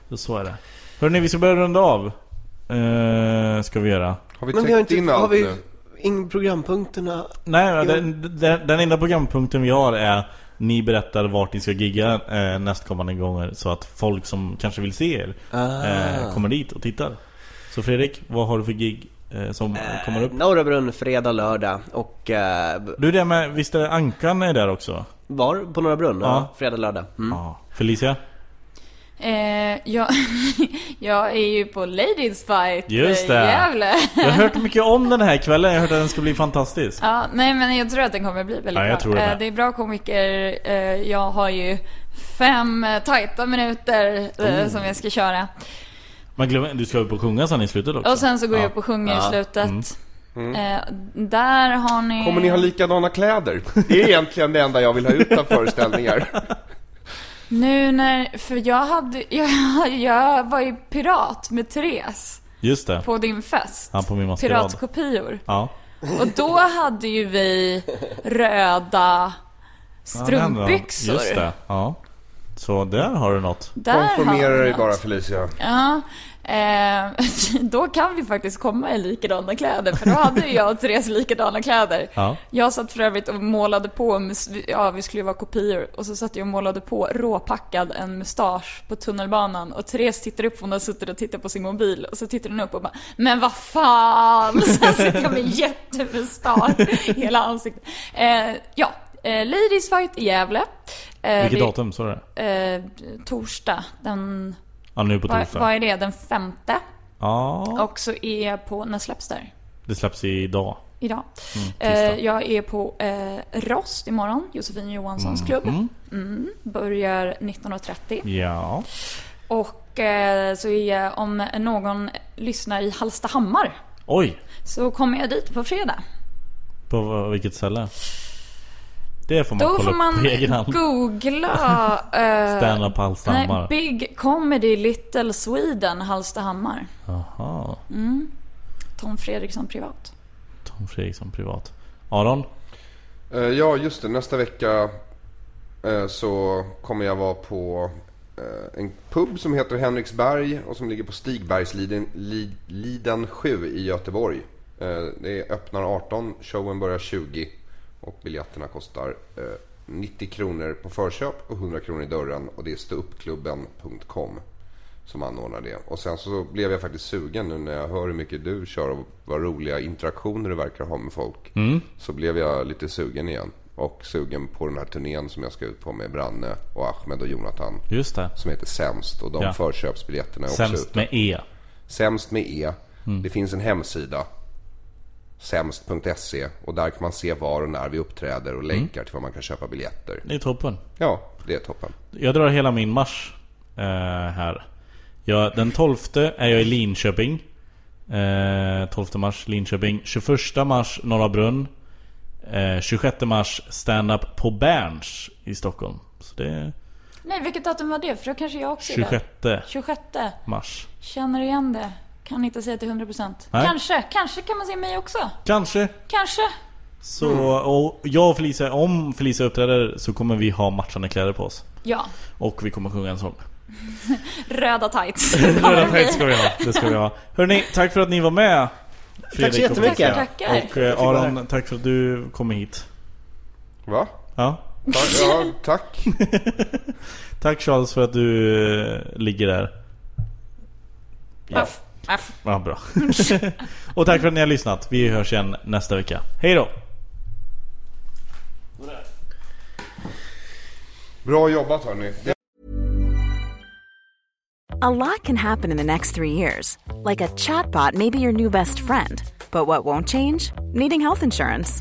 Så, så är det. Hörrni, vi ska börja runda av. Eh, ska vi göra. Har vi Men täckt vi har inte, in har allt vi nu? in programpunkterna? Nej, men Jo. den, den, den enda programpunkten vi har är ni berättar vart ni ska gigga eh, nästkommande gånger så att folk som kanske vill se er eh, Ah. kommer dit och tittar. Så Fredrik, vad har du för gig eh, som kommer upp? Norra Brunn, fredag, lördag och eh, Du det med, visst är det Ankan är där också? var på Norra Brunn? Ja. Ja. fredag, lördag. Mm. Ja. Felicia? Eh, jag, <laughs> jag är ju på Ladies Fight Just i det. Gävle. <laughs> Jag har hört mycket om den här kvällen, jag har hört att den ska bli fantastisk. Ja, nej men jag tror att den kommer bli väldigt Ja, jag bra. tror det med. Eh, det är bra komiker. Eh, jag har ju fem eh, tajta minuter eh, Oh. som jag ska köra. Man glömmer, du ska upp och sjunga sen i slutet också. Och sen så går Ja. jag upp och sjunger Ja. i slutet. Mm. Eh, där har ni... Kommer ni ha likadana <laughs> kläder? Det är egentligen det enda jag vill ha ut av föreställningar. Nu när... För jag hade... <laughs> Jag, jag var ju pirat med Therese Just det. på din fest. Ja, på min maskerad. Piratkopior. Ja. Och då hade ju vi röda Ja, den ändå. strumpbyxor. Just det. Ja. Så där har du något. Där har Konformera vi dig något. bara Felicia. Ja, eh, <laughs> då kan vi faktiskt komma i likadana kläder för då hade ju jag och Therese likadana kläder. Ja. Jag satt för övrigt och målade på, mus- ja vi skulle ju vara kopior, och så satt jag och målade på råpackad en mustasch på tunnelbanan och Therese tittar upp, hon har suttit och tittat på sin mobil och så tittar hon upp och bara Men vad fan! <laughs> Så sitter jag med en jättemustasch i hela ansiktet. Eh, ja, eh, Ladies Fight i Gävle. Eh, Vilket vi- datum sa du? Eh, torsdag, den Ja, nu på vad- torsdag. Vad är det? Den femte? Ja, Och så är jag på, när släpps det? det släpps idag. Idag. Mm, tisdag. eh, jag är på eh, Rost imorgon, Josefin Johanssons Mhm. klubb. Mm, börjar 19.30. Mm. Ja. Och eh, så är jag, om någon lyssnar i Hallstahammar, Oj, så kommer jag dit på fredag. på v- vilket ställe? Det får man Då kolla får upp man på egen hand. <laughs> googla... Eh, Stand-up Hallstahammar. Nej, Big Comedy Little Sweden Hallstahammar. Jaha. Mm. Tom Fredriksson privat. Tom Fredriksson privat. Aron? Eh, Ja, just det. Nästa vecka eh, så kommer jag vara på eh, en pub som heter Henriksberg och som ligger på Stigbergsliden Li- Liden 7 i Göteborg. Eh, Det öppnar 18, showen börjar 20 och biljetterna kostar eh, 90 kronor på förköp och 100 kronor i dörren och det är ståuppklubben.com som anordnar det. Och sen så blev jag faktiskt sugen nu när jag hör hur mycket du kör och vad roliga interaktioner du verkar ha med folk. Mm. Så blev jag lite sugen igen. Och sugen på den här turnén som jag ska ut på med Branne och Ahmed och Jonathan. Just det. Som heter Sämst och de Ja. förköpsbiljetterna är också Sämst Mm. ute. med E. Sämst med E. Det finns en hemsida. Sämst.se E. och där kan man se var och när vi uppträder och Mm. länkar till var man kan köpa biljetter. Det är toppen. Ja, det är toppen. Jag drar hela min mars eh, här. Jag, den 12 är jag i Linköping. Eh, 12 mars Linköping. 21 mars Norra Brunn. Eh, 26 mars stand-up på Berns i Stockholm. Så det är Nej, vilket datum var det? För då kanske jag också är 26 där. 26. mars. Känner igen det. Kan inte säga till 100%. Nej. Kanske, kanske kan man se mig också. Kanske. Kanske. Så, och jag och Felicia, om Felicia uppträder så kommer vi ha matchande kläder på oss. Ja. Och vi kommer sjunga en sång. Röda tights. Röda tights ska vi ha. Det ska vi ha. Hörni, tack för att ni var med. Fredrik så jättemycket. och Felicia. Tackar. Och eh, Aron, tack för att du kom hit. Va? <laughs> Ja. Tack, ja, tack. Tack Charles för att du eh, ligger där. Aff, aff. Ja, bra. <laughs> och tack för att ni har lyssnat. Vi hörs igen nästa vecka. Hej då! Bra jobbat hörni. Det- A lot can happen in the next three years. Like a chatbot may be your new best friend. But what won't change? Needing health insurance.